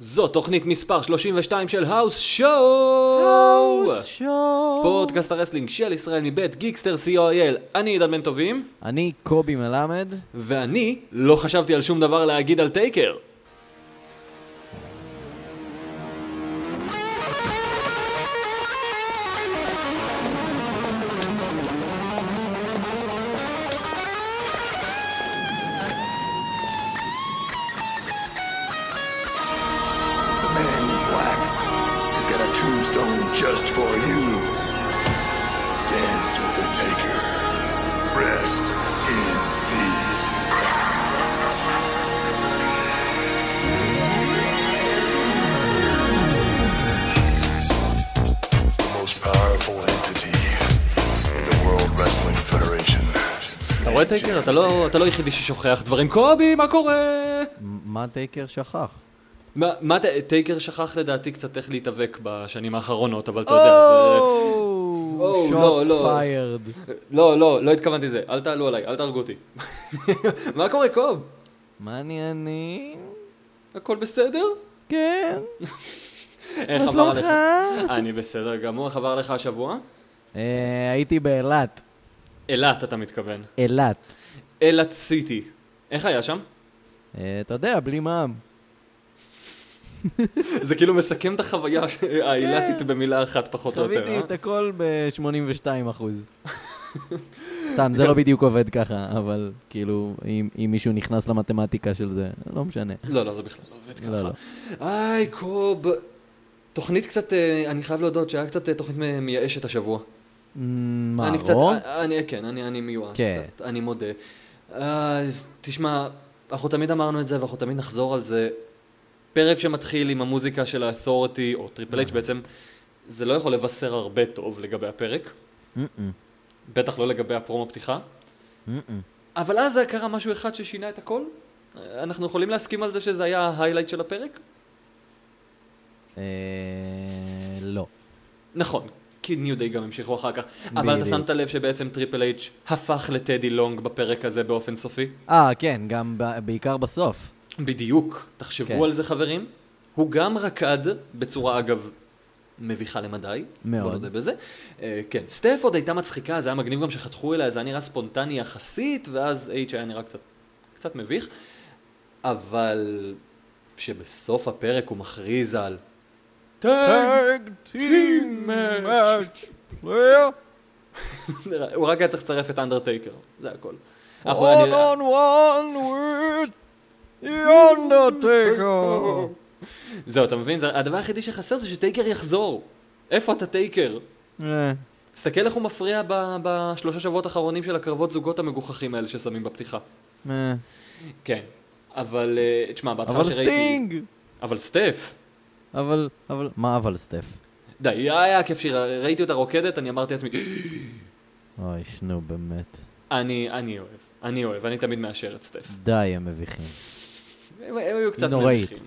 זו תוכנית מספר 32 של האוס שואו! פודקאסט הרסלינג של ישראל מבית גיקסטר co.il. אני עידן בן טובים, אני קובי מלמד. ואני לא חשבתי על שום דבר להגיד על טייקר. The man in black has got a tombstone just for you. Dance with the taker. Rest in peace. The most powerful entity in the World Wrestling Federation. אתה רואה טייקר? אתה לא, אתה לא היחידי ששוכח דברים. קובי, מה קורה? מה טייקר שכח? מה, מה ט- טייקר שכח לדעתי קצת איך להתאבק בשנים האחרונות, אבל אתה לא יודע, זה... Oh, לא, shots לא. fired. לא, לא, לא התכוונתי לזה. אל תעלו עליי, אל תהרגו אותי. מה קורה, קוב? מה אני אני? הכל בסדר? כן, איך מה עבר שלומך? עליך? אני בסדר גמור, איך עבר לך השבוע? אה, הייתי באילת. אילת, אתה מתכוון. אילת. אילת סיטי. איך היה שם? אה, אתה יודע, בלי מע"מ. זה כאילו מסכם את החוויה ש- האילתית במילה אחת, פחות או יותר. חוויתי אה? את הכל ב-82 אחוז. סתם, זה לא בדיוק עובד ככה, אבל כאילו, אם אם מישהו נכנס למתמטיקה של זה, לא משנה. לא, לא, זה בכלל לא עובד לא, לא. ככה. היי, קוב. תוכנית קצת, אה, אני חייב להודות שהיה קצת אה, תוכנית מ- מייאשת השבוע. מ, מה, אני קצת, רום? אני, כן, אני, אני מיואש כן. קצת, אני מודה. אז תשמע, אנחנו תמיד אמרנו את זה ואנחנו תמיד נחזור על זה. פרק שמתחיל עם המוזיקה של האתורטי, או טריפל אייץ' בעצם, זה לא יכול לבשר הרבה טוב לגבי הפרק, אה. מ-מ, בטח לא לגבי הפרומו פתיחה, מ-מ. אבל אז קרה משהו אחד ששינה את הכל. אנחנו יכולים להסכים על זה שזה היה ההיילייט של הפרק? אה, לא. נכון, כי ניו דיי גם המשיכו אחר כך, אבל אתה בדיוק. שמת לב שבעצם טריפל אייץ' הפך לטדי לונג בפרק הזה באופן סופי? אה, כן, גם ב- בעיקר בסוף. בדיוק. תחשבו כן. על זה חברים. הוא גם רקד בצורה אגב מביכה למדי. מאוד. בוא נודה בזה. אה, כן, סטף עוד הייתה מצחיקה, זה היה מגניב גם שחתכו אליה, זה היה נראה ספונטני יחסית, ואז אייץ' היה נראה קצת, קצת מביך. אבל שבסוף הפרק הוא מכריז על... "טאג טים מאץ'. הוא רק היה צריך לצרף את אנדרטייקר, זה הכל. אנחנו One נראה- on one with the Undertaker. זהו, אתה מבין? זה- הדבר היחידי שחסר זה שטייקר יחזור. איפה אתה טייקר? אה, תסתכל איך הוא מפריע ב- בשלושה שבועות האחרונים של הקרבות זוגות המגוחכים האלה ששמים בפתיחה. אה. כן. אבל, אה, תשמע, בהתחלה אבל שראיתי... סטינג! אבל סטף. אבל, אבל, מה אבל סטף? די, היה היה כיף שראיתי אותה רוקדת, אני אמרתי לעצמי, אוי, שנו, באמת. אני, אני אוהב, אני אוהב, אני תמיד מאשר את סטף. די, הם מביכים. אה, הם, הם היו קצת נוראית. מביכים.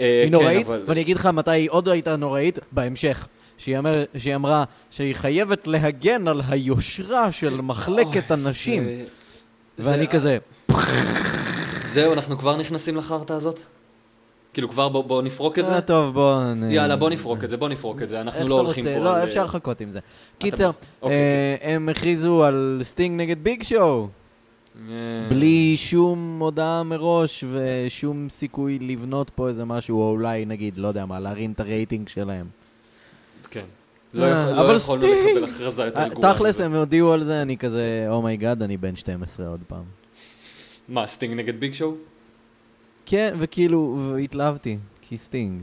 אה, היא כן, נוראית, אבל- ואני אגיד לך מתי היא עוד הייתה נוראית, בהמשך. שהיא אמר- שהיא אמרה שהיא חייבת להגן על היושרה של מחלקת אוי, הנשים. זה- ואני זה- כזה, זהו, אנחנו כבר נכנסים לחרטא הזאת? כאילו, כבר בואו בוא נפרוק את זה? אה, טוב, בוא... נ- יאללה, בוא נפרוק את זה, בוא נפרוק את זה, אנחנו איך לא שאתה הולכים רוצה, פה לא, על- אפשר לחכות עם זה. קיצר, אוקיי, אה, הם הכריזו על סטינג נגד ביג שואו, אה, בלי שום הודעה מראש ושום סיכוי לבנות פה איזה משהו, או אולי, נגיד, לא יודע מה, להרים את הרייטינג שלהם. כן. לא אה, יכול- לא אבל יכולנו סטינג! לקבל הכרזה יותר אה, גרועה. תכלס, מזה. הם הודיעו על זה, אני כזה, אומייגאד, אני בן 12 עוד פעם. מה, סטינג נגד ביג שואו? כן, וכאילו, והתלהבתי, כי סטינג.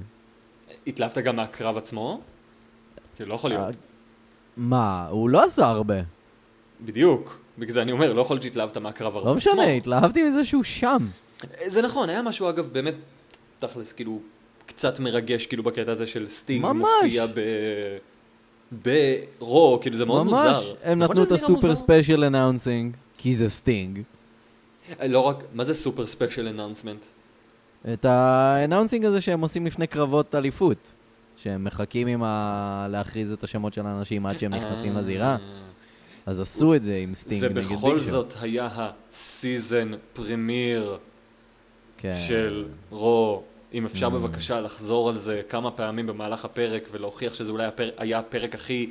התלהבת גם מהקרב עצמו? כי לא אה, יכול להיות. מה, הוא לא עשה הרבה. בדיוק. בגלל זה אני אומר, לא יכול להיות שהתלהבת מהקרב עצמו. לא משנה, התלהבתי מזה שהוא שם. זה נכון, היה משהו, אגב, באמת, תכלס, כאילו, קצת מרגש, כאילו, בקטע הזה של סטינג. ממש. מופיע ב... ברו, כאילו, זה מאוד מוזר. ממש, הם נכון נתנו את שזה נראה הסופר מוזר? ספיישל אנאונסינג, כי זה סטינג. לא רק, מה זה סופר ספיישל אנאונסמנט? את האנאונסינג הזה שהם עושים לפני קרבות אליפות. שהם מחכים עם ה... להכריז את השמות של האנשים עד שהם נכנסים לזירה. אז עשו את זה עם סטינג זה נגד ביג שואו. אה, בכל זאת היה הסיזן פרימיר כן. של רו אם אפשר בבקשה לחזור על זה כמה פעמים במהלך הפרק ולהוכיח שזה אולי הפר... היה הפרק הכי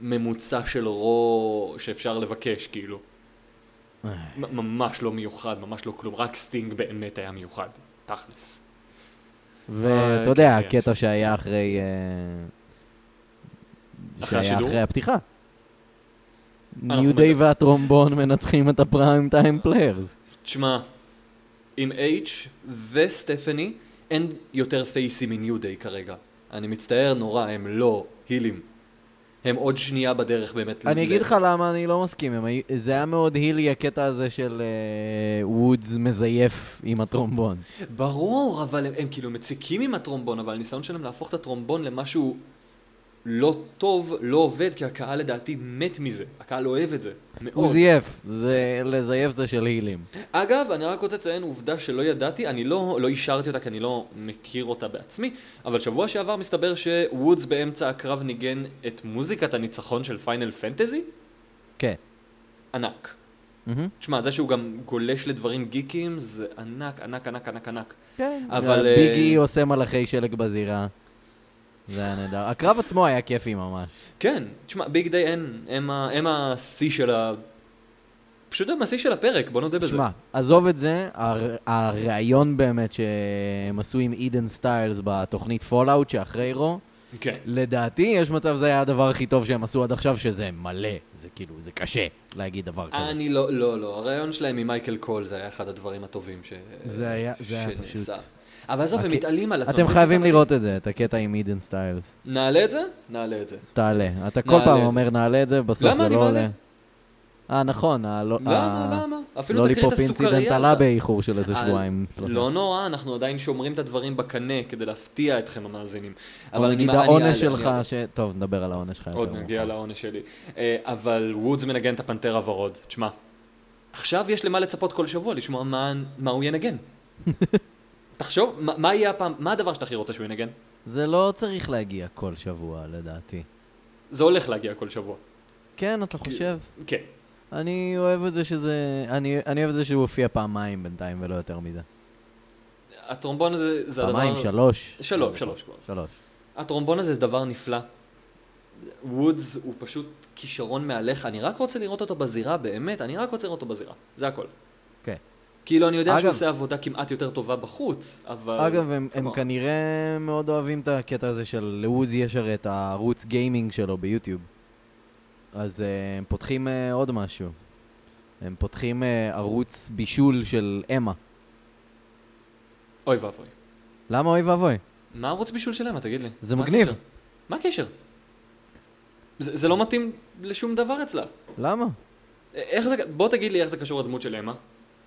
ממוצע של רו שאפשר לבקש, כאילו. אה. מ- ממש לא מיוחד, ממש לא כלום, רק סטינג באמת היה מיוחד, תכלס. ואתה כן, יודע, כן. הקטע שהיה אחרי... אה, אחרי שהיה השידור? אחרי הפתיחה. אנחנו ניו דיי מדבר- והטרומבון מנצחים את הפריים טיים פליירס. תשמע, עם אייץ' וסטפני אין יותר פייסים מניו דיי כרגע. אני מצטער נורא, הם לא הילים. הם עוד שנייה בדרך באמת. אני ל- אגיד לך למה אני לא מסכים, הם היו- זה היה מאוד הילי הקטע הזה של אה, וודס מזייף עם הטרומבון. אוקיי. ברור, אבל הם, הם כאילו מציקים עם הטרומבון, אבל הניסיון שלהם להפוך את הטרומבון למשהו לא טוב, לא עובד, כי הקהל לדעתי מת מזה. הקהל אוהב את זה. הוא מאוד. זייף, זה- לזייף זה של הילים. אגב, אני רק רוצה לציין עובדה שלא ידעתי, אני לא, לא אישרתי אותה כי אני לא מכיר אותה בעצמי, אבל שבוע שעבר מסתבר שוודס באמצע הקרב ניגן את מוזיקת הניצחון של פיינל פנטזי? כן. ענק. מהמם. תשמע, זה שהוא גם גולש לדברים גיקים, זה ענק, ענק, ענק, ענק, ענק. כן, אבל, אה, ביגי עושה מלאכי שלג בזירה. זה היה נהדר. הקרב עצמו היה כיפי ממש. כן, תשמע, ביג דיי אין, הם ה- הם השיא של ה... פשוט הם השיא של הפרק, בוא נודה בזה. שמע, עזוב את זה, הר- הרעיון באמת שהם עשו עם עידן סטיילס בתוכנית פולאאוט שאחרי רו, כן. לדעתי יש מצב זה היה הדבר הכי טוב שהם עשו עד עכשיו, שזה מלא, זה כאילו, זה קשה להגיד דבר כזה. אני לא, לא, לא, הרעיון שלהם עם מייקל קול זה היה אחד הדברים הטובים ש... זה היה- זה היה שנעשה. פשוט- אבל עזוב, הם אוקיי. מתעלים על עצמם. אתם זה חייבים כל כך- לראות את זה, את הקטע עם עידן סטיילס. נעלה את זה? נעלה את אה, זה. תעלה. אתה כל נעלה פעם את אומר נעלה את זה, ובסוף למה זה אני לא מעלה? עולה. אה, נכון, הלא- למה? ה- לא למה? אפילו לולי תקריא את פופ הסוכריה. אינסידנט עלה לא באיחור של איזה אה, שבועיים. שלושה. לא נורא, אנחנו עדיין שומרים את הדברים בקנה כדי להפתיע אתכם המאזינים. אבל אני- נגיד אני אעלה, העונש אני שלך, אעלה. ש... טוב, נדבר על העונש שלך יותר עוד מאוחר. נגיע לעונש שלי. אה, אבל וודס מנגן את הפנתר הוורוד. תשמע, עכשיו יש למה לצפות כל שבוע, לשמוע מה- מה הוא ינגן. תחשוב, מה- מה יהיה הפעם, מה הדבר שאתה הכי רוצה שהוא ינגן? זה לא צריך להגיע כל שבוע, לדעתי. זה הולך להגיע כל שבוע. כן, אתה חושב? כן. אני אוהב את זה שזה... אני, אני אוהב את זה שהוא הופיע פעמיים בינתיים ולא יותר מזה. הטרומבון הזה זה הדבר... פעמיים, שלוש. שלוש, שלוש כבר. שלוש. הטרומבון הזה זה דבר נפלא. וודס הוא פשוט כישרון מהלך, אני רק רוצה לראות אותו בזירה, באמת, אני רק רוצה לראות אותו בזירה, זה הכל. כן. כאילו, אני יודע אגב- שהוא עושה עבודה כמעט יותר טובה בחוץ, אבל... אגב, הם, הם כלומר, כנראה מאוד אוהבים את הקטע הזה של לעוזי יש הרי את הערוץ גיימינג שלו ביוטיוב. אז אה, הם פותחים אה, עוד משהו. הם פותחים אה, ערוץ בישול של אמה. אוי ואבוי. למה אוי ואבוי? מה ערוץ בישול שלהם, תגיד לי? זה מה מגניב. הקשר? מה הקשר? זה זה לא מתאים לשום דבר אצלה. למה? איך זה... בוא תגיד לי איך זה קשור לדמות של אמה.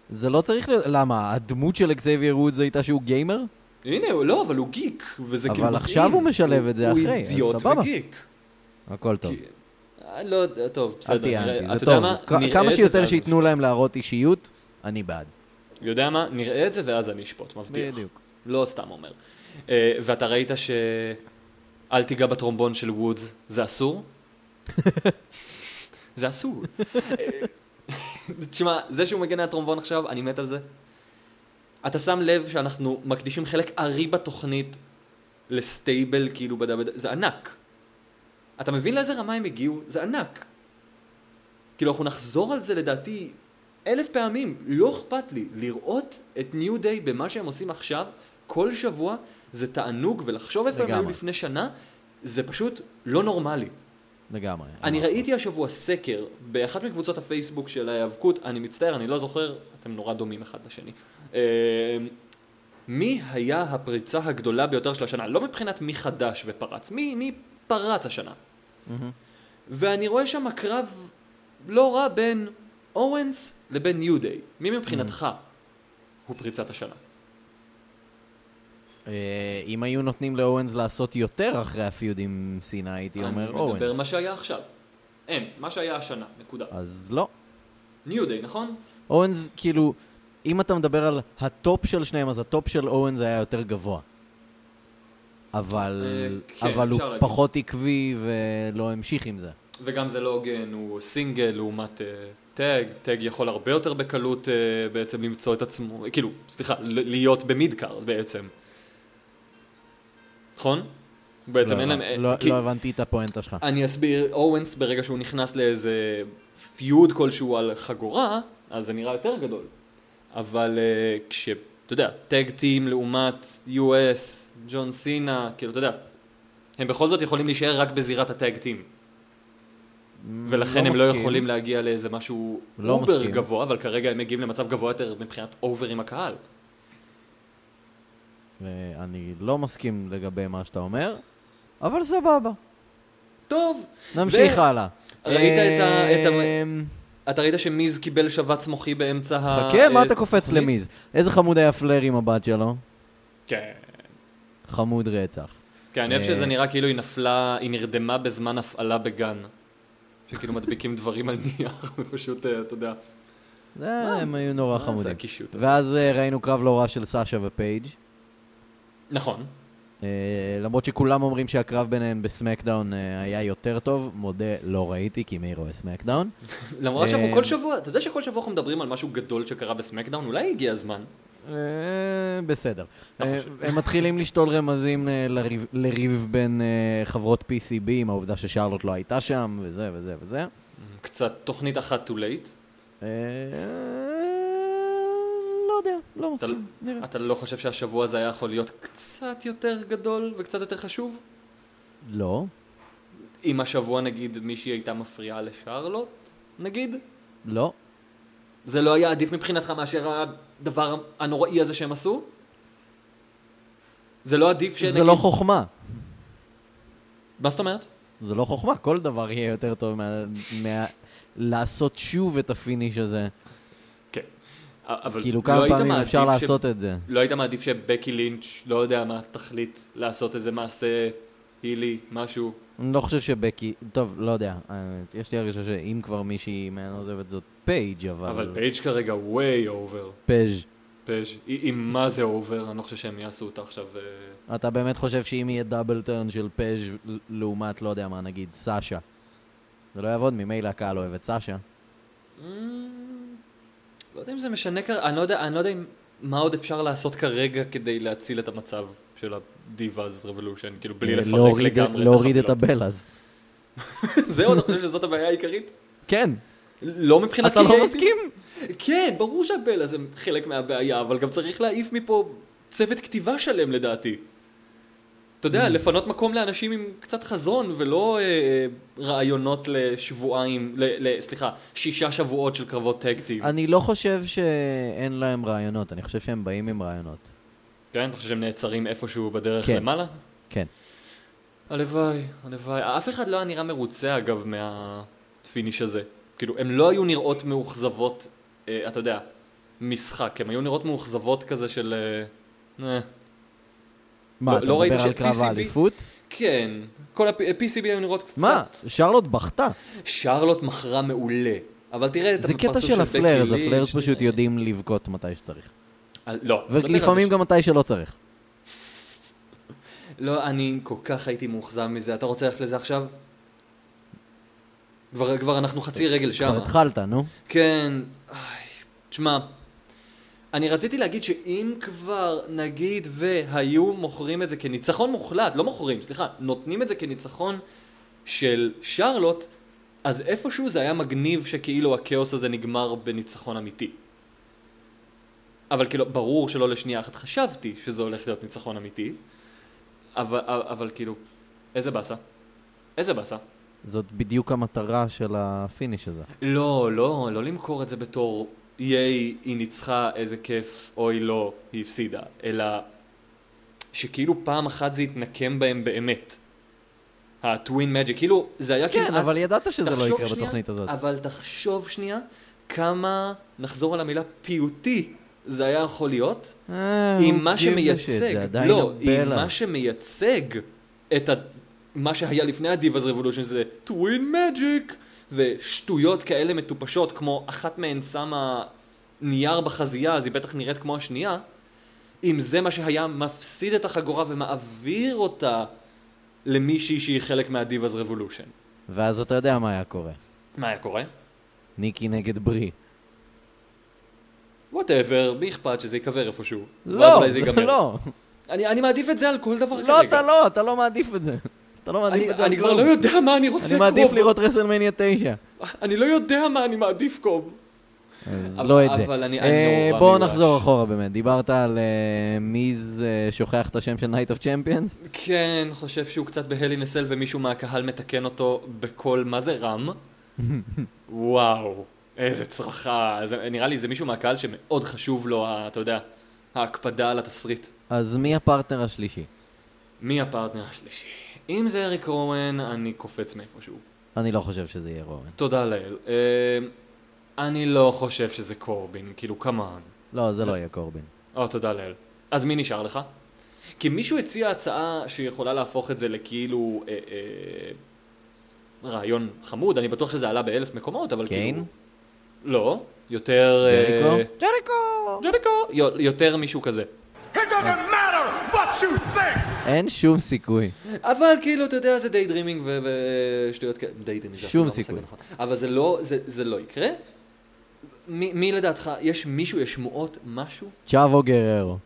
זה לא צריך להיות... למה? הדמות של אקסייביר וודס הייתה שהוא גיימר? הנה, הוא לא, אבל הוא גיק, וזה אבל כאילו מתאים. עכשיו הוא משלב את זה אחרי, הוא אז אידיוט סבבה. וגיק. הכל טוב. כי- אה, לא, יודע, טוב, בסדר. אל תהיה נראה- אנטי, אתה זה יודע טוב. מה? כ- נראה כמה את זה שיותר ואז שייתנו להם להראות אישיות, אני בעד. יודע מה? נראה את זה ואז אני אשפוט, מבטיח. בדיוק. לא סתם אומר. אה, ואתה ראית ש... אל תיגע בטרומבון של וודס, זה אסור? זה אסור. אה, תשמע, זה שהוא מגן על הטרומבון עכשיו, אני מת על זה. אתה שם לב שאנחנו מקדישים חלק ארי בתוכנית לסטייבל, כאילו, בדבד... זה ענק. אתה מבין לאיזה רמה הם הגיעו? זה ענק. כאילו, אנחנו נחזור על זה לדעתי אלף פעמים, לא אכפת לי. לראות את ניו דיי במה שהם עושים עכשיו, כל שבוע, זה תענוג, ולחשוב איפה הם היו לגמרי. לפני שנה, זה פשוט לא נורמלי. לגמרי. אני ראיתי השבוע סקר באחת מקבוצות הפייסבוק של ההיאבקות, אני מצטער, אני לא זוכר, אתם נורא דומים אחד לשני. אה, מי היה הפריצה הגדולה ביותר של השנה? לא מבחינת מי חדש ופרץ, מי, מי פרץ השנה. ואני רואה שם קרב לא רע בין אורנס לבין ניו דיי. מי מבחינתך הוא פריצת השנה? אה, אם היו נותנים לאורנס לעשות יותר אחרי הפיוד עם סינה, הייתי אומר אני מדבר אורנס. מה שהיה עכשיו. אין, מה שהיה השנה, נקודה. אז לא. ניו דיי, נכון? אורנס, כאילו, אם אתה מדבר על הטופ של שניהם, אז הטופ של אורנס היה יותר גבוה. אבל, אה, כן, אבל הוא אפשר להגיד. פחות עקבי ולא המשיך עם זה. וגם זה לא הוגן, הוא סינגל לעומת אה, טאג, טאג יכול הרבה יותר בקלות אה, בעצם למצוא את עצמו, כאילו, סליחה, ל- להיות במידקארד בעצם. נכון? בעצם לא אין להם... אה, הבנ- לא- כי- אה, לא הבנתי את הפואנטה שלך. אני אסביר, אורנס ברגע שהוא נכנס לאיזה פיוד כלשהו על חגורה, אז זה נראה יותר גדול. אבל אה, כש... אתה יודע, טג טים לעומת US, ג'ון סינה, כאילו, אתה יודע, הם בכל זאת יכולים להישאר רק בזירת הטג טים. ולכן לא הם לא מסכים. יכולים להגיע לאיזה משהו לא אובר מסכים. גבוה, אבל כרגע הם מגיעים למצב גבוה יותר מבחינת אובר עם הקהל. אה, אני לא מסכים לגבי מה שאתה אומר, אבל סבבה. טוב, נמשיך ו- הלאה. ראית את ה- את ה- אמ, אתה ראית שמיז קיבל שבץ מוחי באמצע ה... חכה, כן, מה אה, אתה קופץ תוכנית? למיז? איזה חמוד היה פלר עם הבת שלו? כן. חמוד רצח. כן, אני אוהב אה, שזה נראה כאילו היא נפלה, היא נרדמה בזמן הפעלה בגן. שכאילו מדביקים דברים על נייר, ופשוט, אה, אתה יודע. זה, הם היו מה נורא אה, זה כאילו- חמודים. הקישוט. הזה? ואז אה, ראינו קרב לא רע של סאשה ופייג'. נכון. אה, למרות שכולם אומרים שהקרב ביניהם בסמקדאון אה, היה יותר טוב, מודה, לא ראיתי, כי מאיר רואה סמקדאון. למרות אה, שאנחנו כל שבוע, אתה יודע שכל שבוע אנחנו מדברים על משהו גדול שקרה בסמקדאון? אולי הגיע הזמן. אה, בסדר. אתה אה, חושב. הם מתחילים לשתול רמזים אה, לריב- לריב בין אה, חברות PCB עם העובדה ששרלוט לא הייתה שם, וזה וזה וזה. קצת תוכנית אחת too late. אה, לא יודע, לא אתה- מסכים, נראה. אתה לא חושב שהשבוע הזה היה יכול להיות קצת יותר גדול וקצת יותר חשוב? לא, אם השבוע נגיד מישהי הייתה מפריעה לשרלוט, נגיד? לא. זה לא היה עדיף מבחינתך מאשר הדבר הנוראי הזה שהם עשו? זה לא עדיף שנגיד... זה לא חוכמה. מה זאת אומרת? זה לא חוכמה, כל דבר יהיה יותר טוב מה... מה... לעשות שוב את הפיניש הזה. כן. אבל כאילו לא כמה היית פעמים מעדיף אפשר ש- לעשות את זה. לא היית מעדיף שבקי לינץ', לא יודע מה, תחליט לעשות איזה מעשה הילי, משהו. אני לא חושב שבקי... טוב, לא יודע. אה, יש לי הרגשה שאם כבר מישהי מהן עוזבת זאת פייג', אבל... אבל פייג' כרגע way over. פייג'. פייג', היא- היא מה זה over, אני לא חושב שהם יעשו אותה עכשיו... אה, אתה באמת חושב שאם יהיה דאבל טרן של פייג' ל- לעומת, לא יודע מה, נגיד, סאשה. זה לא יעבוד, ממילא הקהל אוהב את סאשה. Mm, לא יודע אם זה משנה כרגע, אני לא יודע, אני לא יודע אם... מה עוד אפשר לעשות כרגע כדי להציל את המצב של הדיוואז רבולושן, כאילו בלי אה, לפרק להוריד- לגמרי את החבילות. להוריד את הבלאז. זהו, אתה חושב שזאת הבעיה העיקרית? כן, לא מבחינת... אתה לא קריאייטיב? מסכים? כן, ברור שהבלע זה חלק מהבעיה, אבל גם צריך להעיף מפה צוות כתיבה שלם לדעתי. אתה Mm. יודע, לפנות מקום לאנשים עם קצת חזון, ולא אה, רעיונות לשבועיים, ל, ל, סליחה, שישה שבועות של קרבות טקטים. אני לא חושב שאין להם רעיונות, אני חושב שהם באים עם רעיונות. כן, אתה חושב שהם נעצרים איפשהו בדרך כן. למעלה? כן. הלוואי, הלוואי. אף אחד לא היה נראה מרוצה, אגב, מהפיניש הזה. כאילו, הם לא היו נראות מאוכזבות, אה, אתה יודע, משחק. הם היו נראות מאוכזבות כזה של... אה, אה, מה, לא- אתה לא ראית מדבר על ש- קרב PCB? האליפות? כן, כל ה-PCB היו נראות קצת... מה, שרלוט בכתה. שרלוט מכרה מעולה, אבל תראה את זה קטע הפרצוף של בקי הפלרס, לינץ', הפלרס פשוט תראה. יודעים לבכות מתי שצריך. אה, לא. ולפעמים גם מתי שלא צריך. לא, אני כל כך הייתי מאוכזב מזה. אתה רוצה ללכת לזה עכשיו? כבר, כבר אנחנו חצי רגל שם. כבר התחלת, נו. כן, איי, תשמע, אני רציתי להגיד שאם כבר, נגיד, והיו מוכרים את זה כניצחון מוחלט, לא מוכרים, סליחה, נותנים את זה כניצחון של שרלוט, אז איפשהו זה היה מגניב שכאילו הכאוס הזה נגמר בניצחון אמיתי. אבל כאילו, ברור שלא לשנייה אחת חשבתי שזה הולך להיות ניצחון אמיתי, אבל, אבל כאילו, איזה באסה. איזה באסה. זאת בדיוק המטרה של הפיניש הזה. לא, לא, לא למכור את זה בתור ייי, היא ניצחה, איזה כיף, אוי לא, היא הפסידה, אלא שכאילו פעם אחת זה יתנקם בהם באמת. הטווין מג'יק, כאילו, זה היה כן, כמעט... אבל ידעת שזה לא תחשוב יקרה שנייה, אה, בתוכנית הזאת. אבל תחשוב שנייה כמה, נחזור על המילה פיוטי, זה היה יכול להיות, אה, עם who מה gives a shit, זה שמייצג, עדיין לא, עם הבלע. מה שמייצג את ה... מה שהיה לפני הדיבאז רבולושן זה טווין מג'יק ושטויות כאלה מטופשות כמו אחת מהן שמה נייר בחזייה אז היא בטח נראית כמו השנייה אם זה מה שהיה מפסיד את החגורה ומעביר אותה למישהי שהיא חלק מהדיבאז רבולושן ואז אתה יודע מה היה קורה. מה היה קורה? ניקי נגד ברי. וואטאבר, מי אכפת שזה ייקבר איפשהו ואז לא, אולי זה ייגמר. לא. אני, אני מעדיף את זה על כל דבר לא, כרגע. אתה לא, אתה לא מעדיף את זה. אתה לא מעדיף אוקיי, אני, את זה. על אני כבר כלום. לא יודע מה אני רוצה, אני מעדיף קרוב. לראות רסלמניה 9. אני לא יודע מה אני מעדיף, קוב. אז אבל- לא את זה. אבל אני- אני אה, נורא בואו מיואש. נחזור אחורה באמת. דיברת על אה, מיז אה, שוכח את השם של Night of Champions? כן, חושב שהוא קצת בהלי נסל ומישהו מהקהל מתקן אותו בקול, מה זה רם? וואו, איזה צרחה. זה, נראה לי זה מישהו מהקהל שמאוד חשוב לו, ה- אתה יודע, ההקפדה על התסריט. אז מי הפרטנר השלישי? מי הפרטנר השלישי? אם זה אריק רואן, אני קופץ מאיפשהו. אני לא חושב שזה יהיה רורן. תודה לאל. אה, אני לא חושב שזה קורבין, כאילו, כמובן. לא, זה לא יהיה קורבין. או, תודה לאל. אז מי נשאר לך? כי מישהו הציע הצעה שיכולה להפוך את זה לכאילו אה, אה, רעיון חמוד, אני בטוח שזה עלה באלף מקומות, אבל קיין? כאילו... לא, יותר... אה, ג'ריקו? ג'ריקו! ג'ריקו, יו- יותר מישהו כזה. It doesn't matter what you think! אין שום סיכוי. אבל כאילו, אתה יודע, זה דיי דרימינג ושטויות כאלה. דיי דרימינג. שום סיכוי. לא אבל זה לא, זה, זה לא יקרה. מי, מי לדעתך, יש מישהו, יש שמועות, משהו? צ'אבו גררו.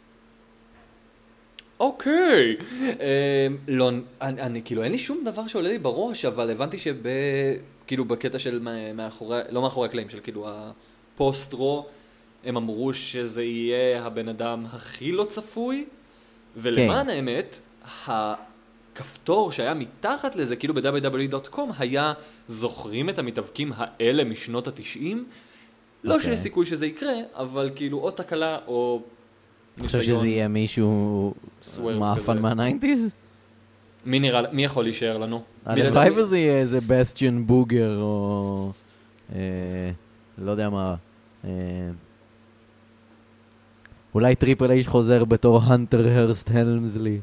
אוקיי. אה, לא, אני, אני, כאילו, אין לי שום דבר שעולה לי בראש, אבל הבנתי שב... כאילו, בקטע של מה- מאחורי, לא מאחורי הקלעים, של כאילו הפוסט-רו, הם אמרו שזה יהיה הבן אדם הכי לא צפוי, ולמען כן. האמת, הכפתור שהיה מתחת לזה, כאילו ב-www.com, היה זוכרים את המתאבקים האלה משנות התשעים? לא אוקיי. שיש סיכוי שזה יקרה, אבל כאילו או תקלה או אני חושב שזה יהיה מישהו סוורף מאפן כזה. מהניינטיז? מי נראה, מי יכול להישאר לנו? מי הלוואי לדעתי- וזה יהיה איזה בסטיאן בוגר או... אה, לא יודע מה. אה, אולי טריפל אייש חוזר בתור הנטר הרסט הלמזלי.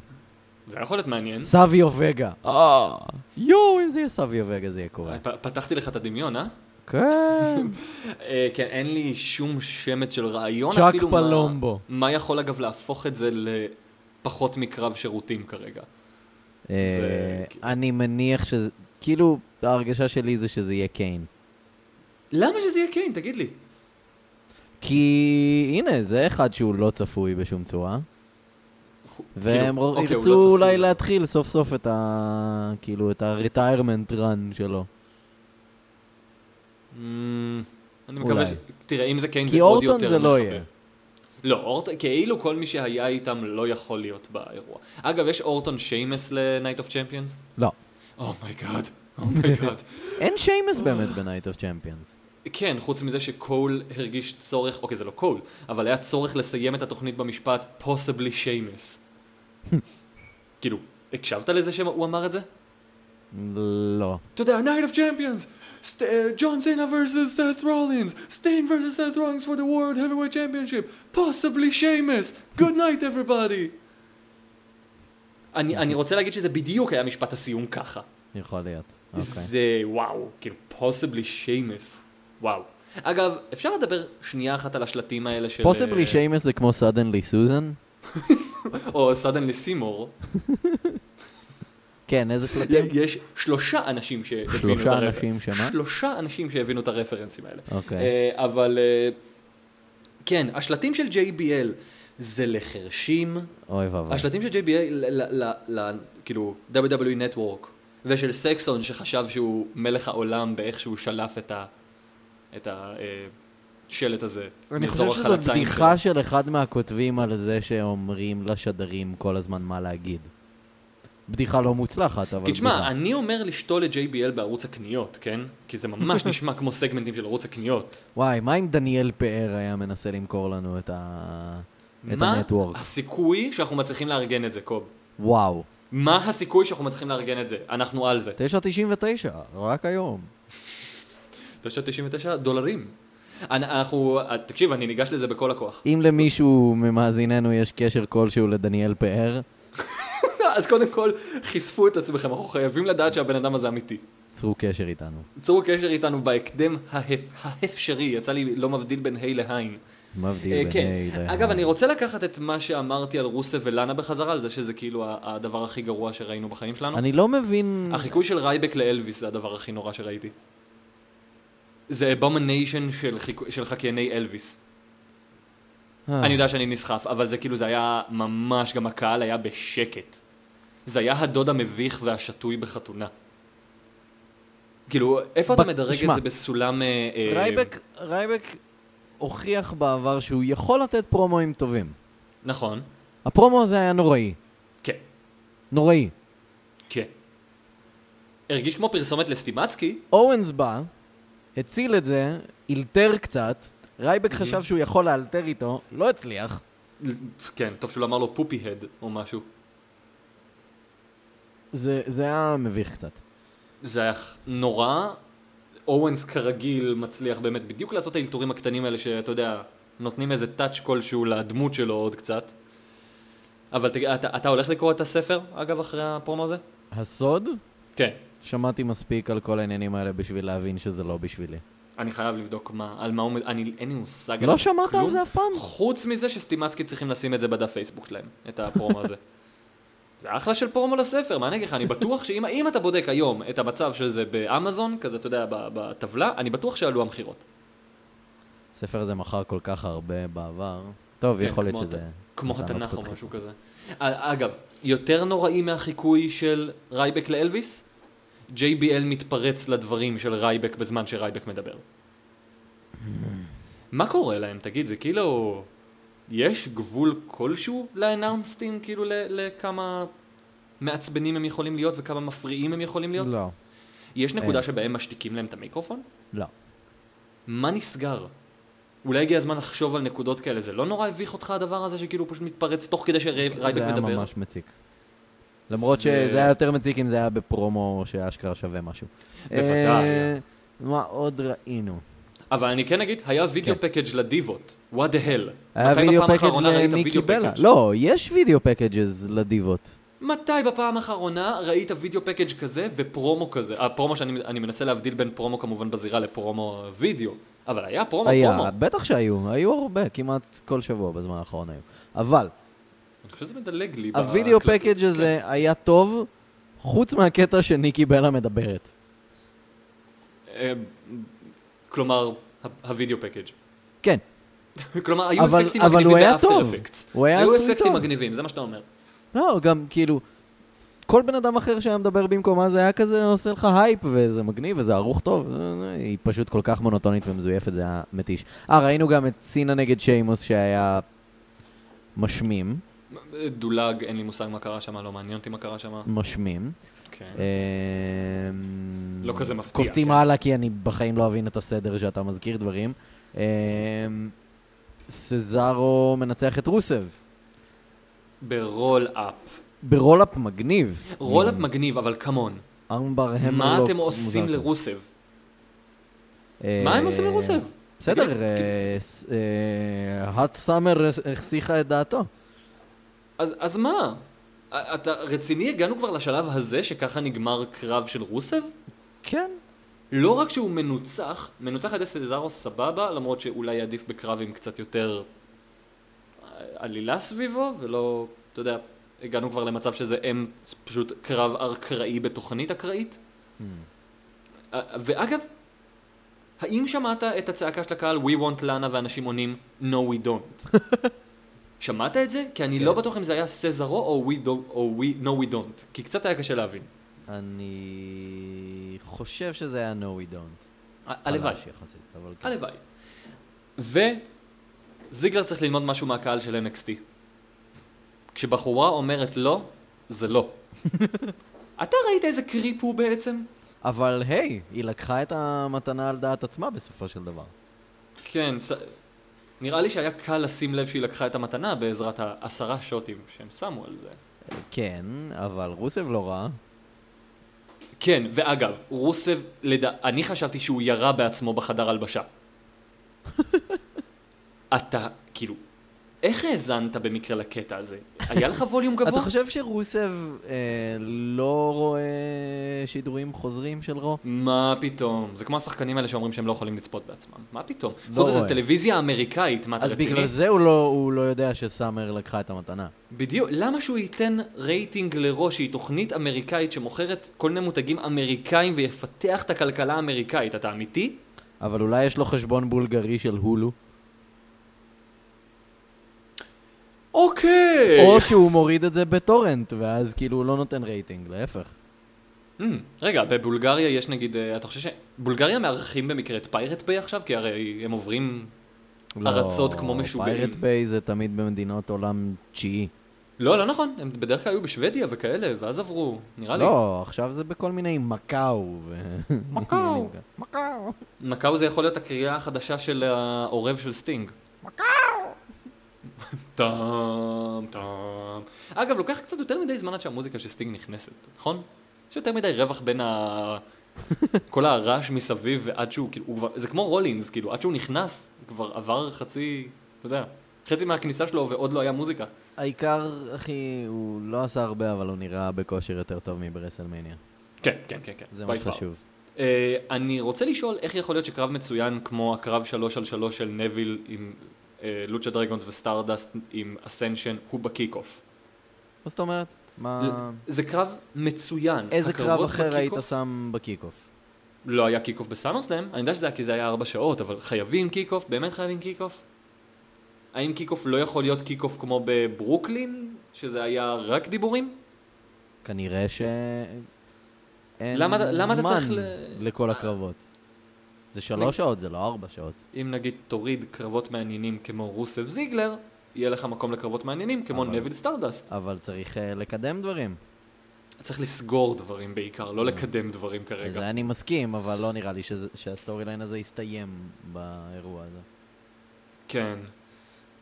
זה יכול להיות מעניין. סביו וגה. אה, יואו, אם זה יהיה סביו וגה זה יהיה קורה. אה, פ- פתחתי לך את הדמיון, אה? כן. אה, כן, אין לי שום שמץ של רעיון צ'אק אפילו מה- פלומבו. מה יכול אגב להפוך את זה לפחות מקרב שירותים כרגע? אה, אני מניח שזה... כאילו, ההרגשה שלי זה שזה יהיה קיין. למה שזה יהיה קיין? תגיד לי. כי הנה, זה אחד שהוא לא צפוי בשום צורה. והם כאילו, רוא- אוקיי, הוא ירצו לא צפוי. אולי להתחיל סוף סוף את ה... כאילו, את ה-retirement run שלו. אמ, אני מקווה Mm, אולי. ש... תראה, אם זה קיין כי זה עוד יותר אורטון זה לא מחבר. יהיה. לא, אורטון, כאילו כל מי שהיה איתם לא יכול להיות באירוע. אגב, יש אורטון שיימס ל-Night of Champions? Oh לא. אומייגאד, אומייגאד. אין שיימס באמת ב-Night of Champions. כן, חוץ מזה שקול הרגיש צורך, אוקיי, זה לא קול, אבל היה צורך לסיים את התוכנית במשפט possibly shameless. כאילו, הקשבת לזה שהוא אמר את זה? לא. אתה יודע, Night of Champions! St- uh, John Cena versus Seth Rollins! Sting versus Seth Rollins for the World Heavyweight Championship! possibly shameless! Good night everybody! אני, אני רוצה להגיד שזה בדיוק היה משפט הסיום ככה. יכול להיות. אוקיי. זה וואו, כאילו possibly shameless, וואו. אגב, אפשר לדבר שנייה אחת על השלטים האלה של... פוסיבלי אה, שיימס זה כמו סודנלי סוזן? או סדנלי סימור. כן, איזה שלטים? יש שלושה אנשים שהבינו את הרפרנס. שלושה אנשים שמה? שלושה אנשים שהבינו את הרפרנסים האלה. אוקיי. אה, אבל... אה, כן, השלטים של JBL זה לחרשים, אוי ואבוי. השלטים של JBA, ל- ל- ל- ל- כאילו, WWE Network, ושל סקסון שחשב שהוא מלך העולם באיך שהוא שלף את ה... את ה... אה, שלט הזה. אני מאזור חושב שזו החלציים בדיחה של אחד מהכותבים על זה שאומרים לשדרים כל הזמן מה להגיד. בדיחה לא מוצלחת, אבל כי תשמע, בדיחה. אני אומר לשתול את JBL בערוץ הקניות, כן? כי זה ממש נשמע כמו סגמנטים של ערוץ הקניות. וואי, מה אם דניאל פאר היה מנסה למכור לנו את ה... את מה הנטוורק? הסיכוי שאנחנו מצליחים לארגן את זה, קוב? וואו. מה הסיכוי שאנחנו מצליחים לארגן את זה? אנחנו על זה. 9.99, רק היום. 999 דולרים. אנ- אנחנו, תקשיב, אני ניגש לזה בכל הכוח. אם למישהו ממאזיננו יש קשר כלשהו לדניאל פאר, אז קודם כל, חשפו את עצמכם, אנחנו חייבים לדעת שהבן אדם הזה אמיתי. צרו קשר איתנו. צרו קשר איתנו בהקדם ההפ- האפשרי, יצא לי לא מבדיל בין היי להיין. אה, מבדיל כן. ביני ל... אגב, אני רוצה לקחת את מה שאמרתי על רוסה ולאנה בחזרה, על זה שזה כאילו ה- הדבר הכי גרוע שראינו בחיים שלנו. אני לא מבין... החיקוי של רייבק לאלוויס זה הדבר הכי נורא שראיתי. זה abomination של, חיק... של חקייני אלוויס. אה. אני יודע שאני נסחף, אבל זה כאילו, זה היה ממש, גם הקהל היה בשקט. זה היה הדוד המביך והשתוי בחתונה. כאילו, איפה אתה בק- מדרג שמע. את זה בסולם... אה, אה, רייבק, רייבק הוכיח בעבר שהוא יכול לתת פרומואים טובים. נכון. הפרומו הזה היה נוראי. כן, נוראי. כן. הרגיש כמו פרסומת לסטימצקי, אורנס בא, הציל את זה, אילתר קצת, Mhm. רייבק חשב שהוא יכול לאלתר איתו, לא הצליח. כן, טוב שהוא לא אמר לו פופי הד או משהו. זה, זה היה מביך קצת. זה היה נורא. אורנס כרגיל מצליח באמת בדיוק לעשות את האלתורים הקטנים האלה שאתה יודע, נותנים איזה טאץ' כלשהו לדמות שלו עוד קצת. אבל תגיד, אתה, אתה הולך לקרוא את הספר, אגב, אחרי הפרומו הזה? הסוד? כן. שמעתי מספיק על כל העניינים האלה בשביל להבין שזה לא בשבילי. אני חייב לבדוק מה, על מה הוא, מ- אני, אין לי מושג עליו. לא שמעת על זה אף פעם? חוץ מזה שסטימצקי צריכים לשים את זה בדף פייסבוק שלהם, את הפרומו הזה. זה אחלה של פרומו לספר, מה אני אגיד לך? אני בטוח שאם אם אתה בודק היום את המצב של זה באמזון, כזה, אתה יודע, ב- בטבלה, אני בטוח שעלו המכירות. הספר הזה מכר כל כך הרבה בעבר. טוב, כן, יכול להיות כמו שזה... הת- כמו נתן לו התנ"ך קצת או חיפוש. משהו כזה. א- אגב, יותר נוראי מהחיקוי של רייבק לאלוויס, JBL מתפרץ לדברים של רייבק בזמן שרייבק מדבר. Hmm. מה קורה להם? תגיד, זה כאילו... יש גבול כלשהו לאנאונסטים, כאילו ל- לכמה מעצבנים הם יכולים להיות וכמה מפריעים הם יכולים להיות? לא. יש נקודה אין. שבהם משתיקים להם את המיקרופון? לא. מה נסגר? אולי הגיע הזמן לחשוב על נקודות כאלה, זה לא נורא הביך אותך הדבר הזה שכאילו הוא פשוט מתפרץ תוך כדי שרייבק זה היה מדבר? ממש מציק. למרות זה- שזה היה יותר מציק אם זה היה בפרומו שאשכרה שווה משהו. בוודאי. אה, מה עוד ראינו? אבל אני כן אגיד, היה וידאו כן. פקאג' לדיבות, what the hell. היה מתי וידאו בפעם פקאג' האחרונה ראית למיקי וידאו בלה. פקאג'? לא, יש וידאו פקאג'ז לדיבות. מתי בפעם האחרונה ראית וידאו פקאג' כזה ופרומו כזה? הפרומו שאני אני מנסה להבדיל בין פרומו כמובן בזירה לפרומו וידאו, אבל היה פרומו היה, פרומו. בטח שהיו, היו הרבה, כמעט כל שבוע בזמן האחרון היו. אבל, אני חושב שזה מדלג לי. הוידאו בהקלטות. פקאג' הזה היה טוב, חוץ מהקטע שניקי בלה מדברת. אה, כלומר, ה- הוידאו פקאג'. כן, כלומר, היו אבל- אפקטים אבל מגניבים הוא היה באפטר טוב. אפקטס. הוא היה היו עשוי אפקטים טוב. מגניבים, זה מה שאתה אומר. לא, גם כאילו, כל בן אדם אחר שהיה מדבר במקומה זה היה כזה עושה לך הייפ, וזה מגניב, וזה ערוך טוב. אה, היא פשוט כל כך מונוטונית ומזויפת, זה היה מתיש. אה, ראינו גם את סינה נגד שיימוס שהיה משמים, דולג, אין לי מושג מה קרה שם, לא מעניין אותי מה קרה שם. משמים. כן. אמ, לא כזה מפתיע, קופצים כן. הלאה כי אני בחיים לא אבין את הסדר שאתה מזכיר דברים. אמ, סזארו מנצח את רוסב. ברול-אפ. ברולאפ מגניב. רול-אפ מגניב, אבל כמון. ארמבר Mm. הם לא מה אתם עושים לרוסב? מה הם עושים לרוסב? תגיד, אה, בסדר, אה, ס- אה, האט סאמר החסיכה את דעתו. אז אז מה? א- אתה רציני? הגענו כבר לשלב הזה שככה נגמר קרב של רוסב? כן. לא רק שהוא מנוצח, מנוצח על ידי סטזרו סבבה, למרות שאולי עדיף בקרב עם קצת יותר אה, עלילה סביבו, ולא, אתה יודע, הגענו כבר למצב שזה אם פשוט קרב אקראי בתוכנית אקראית. אה, ואגב, האם שמעת את הצעקה של הקהל We want Lana ואנשים עונים No we don't? שמעת את זה? כי אני לא בטוח אם זה היה סזרו או We, don't, או we No we don't, כי קצת היה קשה להבין. אני חושב שזה היה no we don't. ה- הלוואי. חלש יחסית, אבל כן. הלוואי. וזיגלר צריך ללמוד משהו מהקהל של NXT. כשבחורה אומרת לא, זה לא. אתה ראית איזה קריפ הוא בעצם? אבל היי, היא לקחה את המתנה על דעת עצמה בסופו של דבר. כן, ס... נראה לי שהיה קל לשים לב שהיא לקחה את המתנה בעזרת העשרה שוטים שהם שמו על זה. כן, אבל רוסב לא רע. כן, ואגב, רוסב, לדע... אני חשבתי שהוא ירה בעצמו בחדר הלבשה. אתה, כאילו, איך האזנת במקרה לקטע הזה? היה לך ווליום גבוה? אתה חושב שרוסב אה, לא רואה שידורים חוזרים של רו? מה פתאום? זה כמו השחקנים האלה שאומרים שהם לא יכולים לצפות בעצמם. מה פתאום? לא חוץ מזה, רואה. טלוויזיה אמריקאית, מה אתה אז רציני? בגלל זה הוא לא, הוא לא יודע שסאמר לקחה את המתנה. בדיוק, למה שהוא ייתן רייטינג לראש שהיא תוכנית אמריקאית שמוכרת כל מיני מותגים אמריקאים ויפתח את הכלכלה האמריקאית? אתה אמיתי? אבל אולי יש לו חשבון בולגרי של הולו. אוקיי. או שהוא מוריד את זה בטורנט, ואז כאילו הוא לא נותן רייטינג, להפך. Mm, רגע, בבולגריה יש נגיד, אה, אתה חושב שבולגריה מארחים במקרה את פיירט ביי עכשיו? כי הרי הם עוברים... ארצות כמו משוגעים. פיירט ביי לא, זה תמיד במדינות עולם תשיעי. לא, לא נכון, הם בדרך כלל היו בשוודיה וכאלה, ואז עברו, נראה לי. לא, עכשיו זה בכל מיני מקאו. ו- מקאו. מקאו. מקאו זה יכול להיות הקריאה החדשה של העורב של סטינג. מקאו! טאם, טאם. אגב, לוקח קצת יותר מדי זמן עד שהמוזיקה של סטינג נכנסת, נכון? יש יותר מדי רווח בין ה... כל הרעש מסביב ועד שהוא, כאילו, הוא כבר, זה כמו רולינס, כאילו, עד שהוא נכנס, כבר עבר חצי, אתה יודע, חצי מהכניסה שלו ועוד לא היה מוזיקה. העיקר, אחי, הוא לא עשה הרבה, אבל הוא נראה בכושר יותר טוב מברסלמניה. כן, כן, כן, כן. זה מה by far. שחשוב. אה, אני רוצה לשאול איך יכול להיות שקרב מצוין כמו הקרב שלוש על שלוש של נביל עם אה, לוצ'ה דרגונס וסטארדסט עם אסנשן הוא בקיק אוף. מה זאת אומרת? מה... זה קרב מצוין. אה. איזה קרב הקרבות אחר בקיק-אוף- היית שם בקיק-אוף? לא היה קיק אוף בסאמרסלאם, אני יודע שזה היה כי זה היה ארבע שעות, אבל חייבים קיק אוף? באמת חייבים קיק אוף? האם קיק אוף לא יכול להיות קיק אוף כמו בברוקלין, שזה היה רק דיבורים? כנראה ש... אין למה אתה- למה אתה זמן צריך ל- לכל הקרבות. זה שלוש שעות, זה לא ארבע שעות. אם נגיד תוריד קרבות מעניינים כמו רוסף זיגלר, יהיה לך מקום לקרבות מעניינים כמו אבל- נביל סטארדסט. אבל צריך אה, לקדם דברים. צריך לסגור דברים בעיקר, Mm. לא לקדם דברים כרגע. לזה אני מסכים, אבל לא נראה לי שזה- שהסטורי ליין הזה יסתיים באירוע הזה. כן.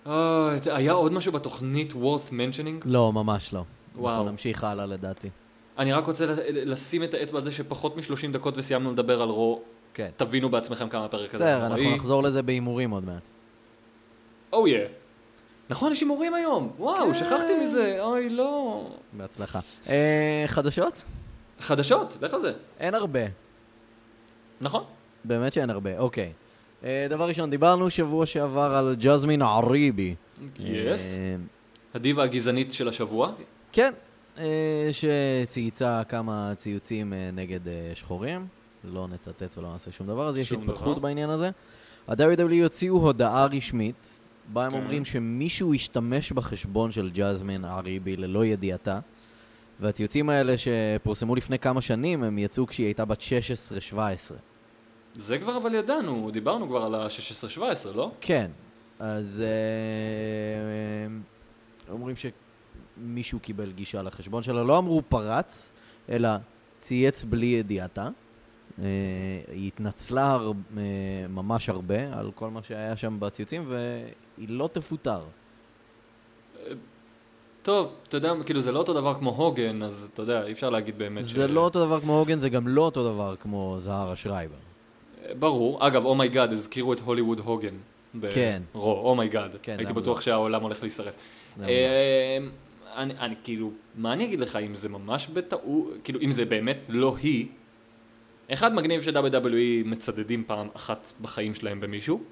אה, ת- היה עוד משהו בתוכנית worth mentioning? לא, ממש לא. וואו. אנחנו נמשיך הלאה לדעתי. אני רק רוצה ל- לשים את האצבע על זה שפחות מ-30 דקות וסיימנו לדבר על רו. כן. תבינו בעצמכם כמה הפרק הזה. בסדר, אנחנו נוראי. נחזור לזה בהימורים עוד מעט. Oh yeah. נכון, יש הימורים היום. וואו, כן. שכחתי מזה. אוי, לא. בהצלחה. אה, חדשות? חדשות, לך על זה. אין הרבה. נכון? באמת שאין הרבה, אוקיי. אה, דבר ראשון, דיברנו שבוע שעבר על ג'זמין עריבי. יס. אה, הדיבה הגזענית של השבוע. כן, אה, שצייצה כמה ציוצים אה, נגד אה, שחורים. לא נצטט ולא נעשה שום דבר, אז יש שום התפתחות דבר. בעניין הזה. ה-WW הוציאו הודעה רשמית, בה הם כן. אומרים שמישהו השתמש בחשבון של ג'זמין עריבי ללא ידיעתה. והציוצים האלה שפורסמו לפני כמה שנים, הם יצאו כשהיא הייתה בת 16-17. זה כבר אבל ידענו, דיברנו כבר על ה-16-17, לא? כן, אז אה, אומרים שמישהו קיבל גישה לחשבון שלה, לא אמרו פרץ, אלא צייץ בלי ידיעתה. אה, היא התנצלה הר... אה, ממש הרבה על כל מה שהיה שם בציוצים, והיא לא תפוטר. טוב, אתה יודע, כאילו זה לא אותו דבר כמו הוגן, אז אתה יודע, אי אפשר להגיד באמת זה לא אותו דבר כמו הוגן, זה גם לא אותו דבר כמו זהרה שרייבר. ברור. אגב, אומייגאד, הזכירו את הוליווד הוגן. כן. ברו, אומייגאד. כן, זה הייתי היה בטוח מוזר. שהעולם הולך להישרף. זה היה אה, אני, אני כאילו, מה אני אגיד לך, אם זה ממש בטעות, כאילו, אם זה באמת לא היא, אחד מגניב ש-WWE מצדדים פעם אחת בחיים שלהם במישהו,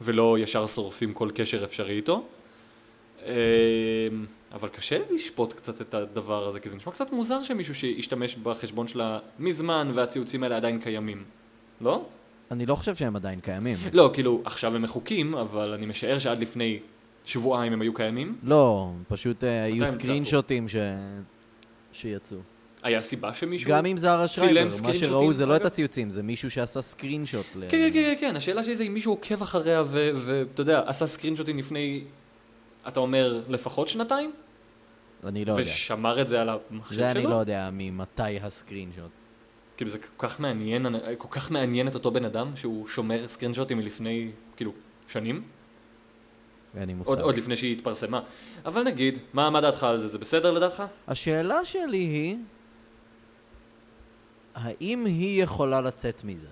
ולא ישר שורפים כל קשר אפשרי איתו. אה, אבל קשה לשפוט קצת את הדבר הזה, כי זה נשמע קצת מוזר שמישהו שהשתמש בחשבון שלה מזמן והציוצים האלה עדיין קיימים, לא? אני לא חושב שהם עדיין קיימים. לא, כאילו, עכשיו הם מחוקים, אבל אני משער שעד לפני שבועיים הם היו קיימים. לא, פשוט אה, היו הם צפו? סקרין שוטים ש... שיצאו. היה סיבה שמישהו... גם אם זה הרש שרייבר, מה סקרינשוטים, שראו זה לא את אגב? הציוצים, זה מישהו שעשה סקרינשוט. ל- כן, כן, כן, כן, השאלה שלי זה אם מישהו עוקב אחריה ו- ואתה יודע, עשה סקרינשוטים לפני, אתה אומר, לפחות שנתיים? אני לא יודע. ושמר את זה על המחשב כן. שלו? זה אני לא יודע ממתי הסקרינשוט. כאילו זה כל כך מעניין, כל כך מעניין את אותו בן אדם שהוא שומר סקרינשוטים מלפני, כאילו, שנים? אין לי מושג. עוד, עוד לפני שהיא התפרסמה. אבל נגיד, מה, מה דעתך על זה? זה בסדר לדעתך? השאלה שלי היא, האם היא יכולה לצאת מזה?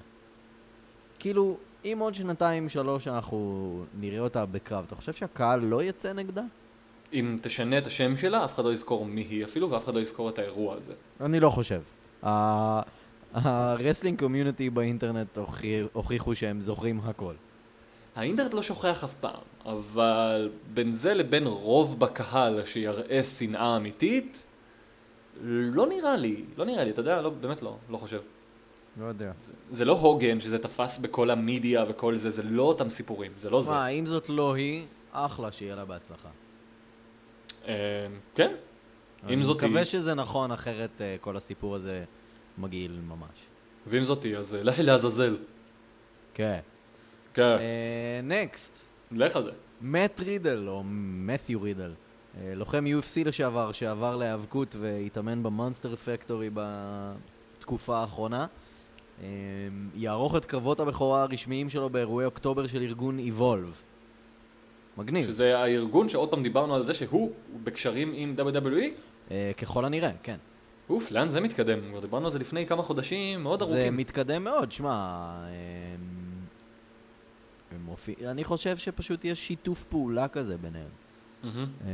כאילו, אם עוד שנתיים, שלוש אנחנו נראה אותה בקרב, אתה חושב שהקהל לא יצא נגדה? אם תשנה את השם שלה, אף אחד לא יזכור מי היא אפילו, ואף אחד לא יזכור את האירוע הזה. אני לא חושב. ה- הרסלינג קומיוניטי באינטרנט הוכיח- הוכיחו שהם זוכרים הכל. האינטרנט לא שוכח אף פעם, אבל בין זה לבין רוב בקהל שיראה שנאה אמיתית, לא נראה לי, לא נראה לי, אתה יודע, לא, באמת לא, לא חושב. לא יודע. זה, זה לא הוגן שזה תפס בכל המדיה וכל זה, זה לא אותם סיפורים, זה לא זה. מה, אם זאת לא היא, אחלה, שיהיה לה בהצלחה. אה, כן, אם זאת אני היא, מקווה שזה נכון, אחרת אה, כל הסיפור הזה מגעיל ממש. ואם זאת היא, אז אה, לכי לעזאזל. כן. אה. כן, נקסט, לך על זה. מאט רידל, או מת'יו רידל, אה, לוחם UFC לשעבר, שעבר להיאבקות והתאמן במונסטר פקטורי בתקופה האחרונה. אה, יערוך את קרבות הבכורה הרשמיים שלו באירועי אוקטובר של ארגון Evolve. מגניב. שזה הארגון שעוד פעם דיברנו על זה שהוא בקשרים עם WWE. אה, ככל הנראה, כן. אוף, לאן זה מתקדם? כבר דיברנו על זה לפני כמה חודשים מאוד זה ארוכים. מתקדם מאוד, שמע... אמ, הם מופיע... אני חושב שפשוט יש שיתוף פעולה כזה ביניהם. מהמם. אמ,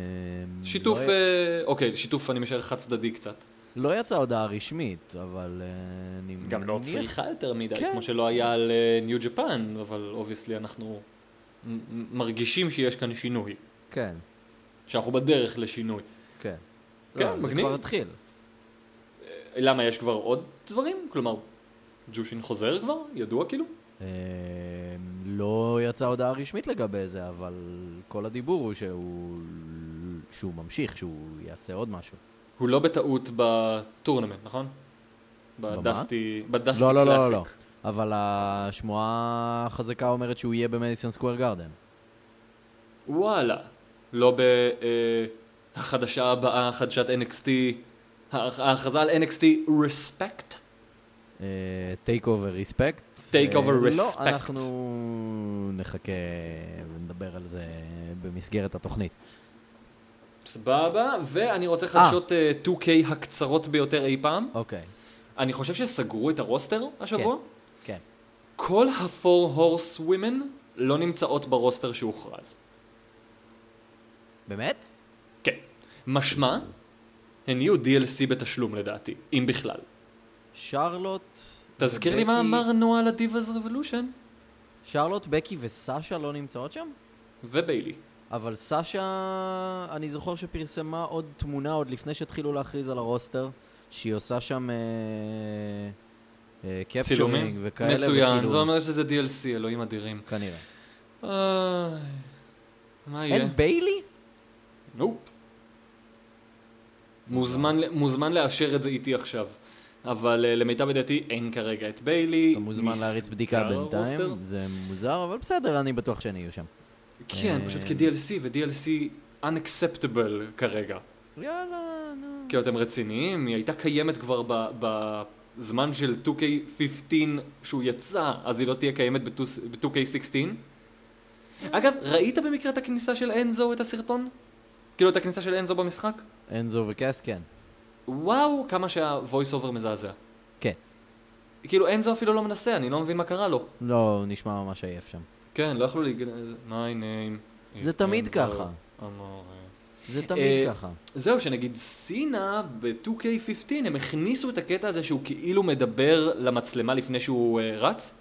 שיתוף, לא, אה, אוקיי, שיתוף אני משער חד צדדי קצת. לא יצאה הודעה רשמית, אבל אה, אני גם לא מניח- צריכה יותר מדי, כן. כמו שלא היה על אה, ניו ג'פן, אבל אובייסלי אנחנו מ- מ- מרגישים שיש כאן שינוי, כן, שאנחנו בדרך לשינוי. כן. כן, לא, זה מגניב. כבר התחיל. למה יש כבר עוד דברים? כלומר, ג'ושין חוזר כבר? ידוע כאילו? אמ, לא יצאה הודעה רשמית לגבי זה, אבל כל הדיבור הוא שהוא, שהוא ממשיך, שהוא יעשה עוד משהו. הוא לא בטעות בטורנמנט, נכון? במה? בדסטי, בדסטי לא, לא, לא, קלאסיק. לא, לא. אבל השמועה החזקה אומרת שהוא יהיה במדיסון סקוויר גרדן. וואלה. לא בהחדשה הבאה, חדשת NXT, ההכ- ההכרזה על NXT Respect. טייק אובר ריספקט. Take over לא, respect. אנחנו נחכה ונדבר על זה במסגרת התוכנית. סבבה, ואני רוצה חדשות אה, 2K הקצרות ביותר אי פעם. אוקיי, אני חושב שסגרו את הרוסטר השבוע. כן. כל הפור הורס ווימן לא נמצאות ברוסטר שהוכרז. באמת? כן. משמע, הן יהיו DLC בתשלום לדעתי, אם בכלל. שרלוט... תזכיר לי ובקי- מה אמרנו על הדיבאז רבולושן שרלוט, בקי וסשה לא נמצאות שם? וביילי. אבל סשה, אני זוכר שפרסמה עוד תמונה עוד לפני שהתחילו להכריז על הרוסטר, שהיא עושה שם קפצ'ורינג צילומים? וכאלה. מצוין, וכאילו- זה אומר שזה DLC, אלוהים אדירים. כנראה. אה, מה יהיה? אין ביילי? נופ. מוזמן, ל- מוזמן לאשר את זה איתי עכשיו. אבל אה, למיטב ידיעתי אין כרגע את ביילי. אתה מוזמן נסגר להריץ בדיקה הרוסטר. בינתיים, זה מוזר, אבל בסדר, אני בטוח שאני אהיה שם. כן, אה, פשוט כ-DLC ו-DLC unacceptable כרגע. יאללה, נו. כאילו אתם רציניים, היא הייתה קיימת כבר ב- בזמן של 2K15 שהוא יצא, אז היא לא תהיה קיימת ב-2K16. אגב, ראית במקרה את הכניסה של אנזו את הסרטון? כאילו את הכניסה של אנזו במשחק? אנזו וקאס, כן. וואו, כמה שהוויס אובר מזעזע. כן. כאילו אנזו אפילו לא מנסה, אני לא מבין מה קרה לו. לא, הוא נשמע ממש עייף שם. כן, לא יכלו להיגנז... my name. is זה תמיד Enzo ככה. Amore. זה אה, תמיד ככה. זהו, שנגיד סינה ב-2K15, הם הכניסו את הקטע הזה שהוא כאילו מדבר למצלמה לפני שהוא uh, רץ.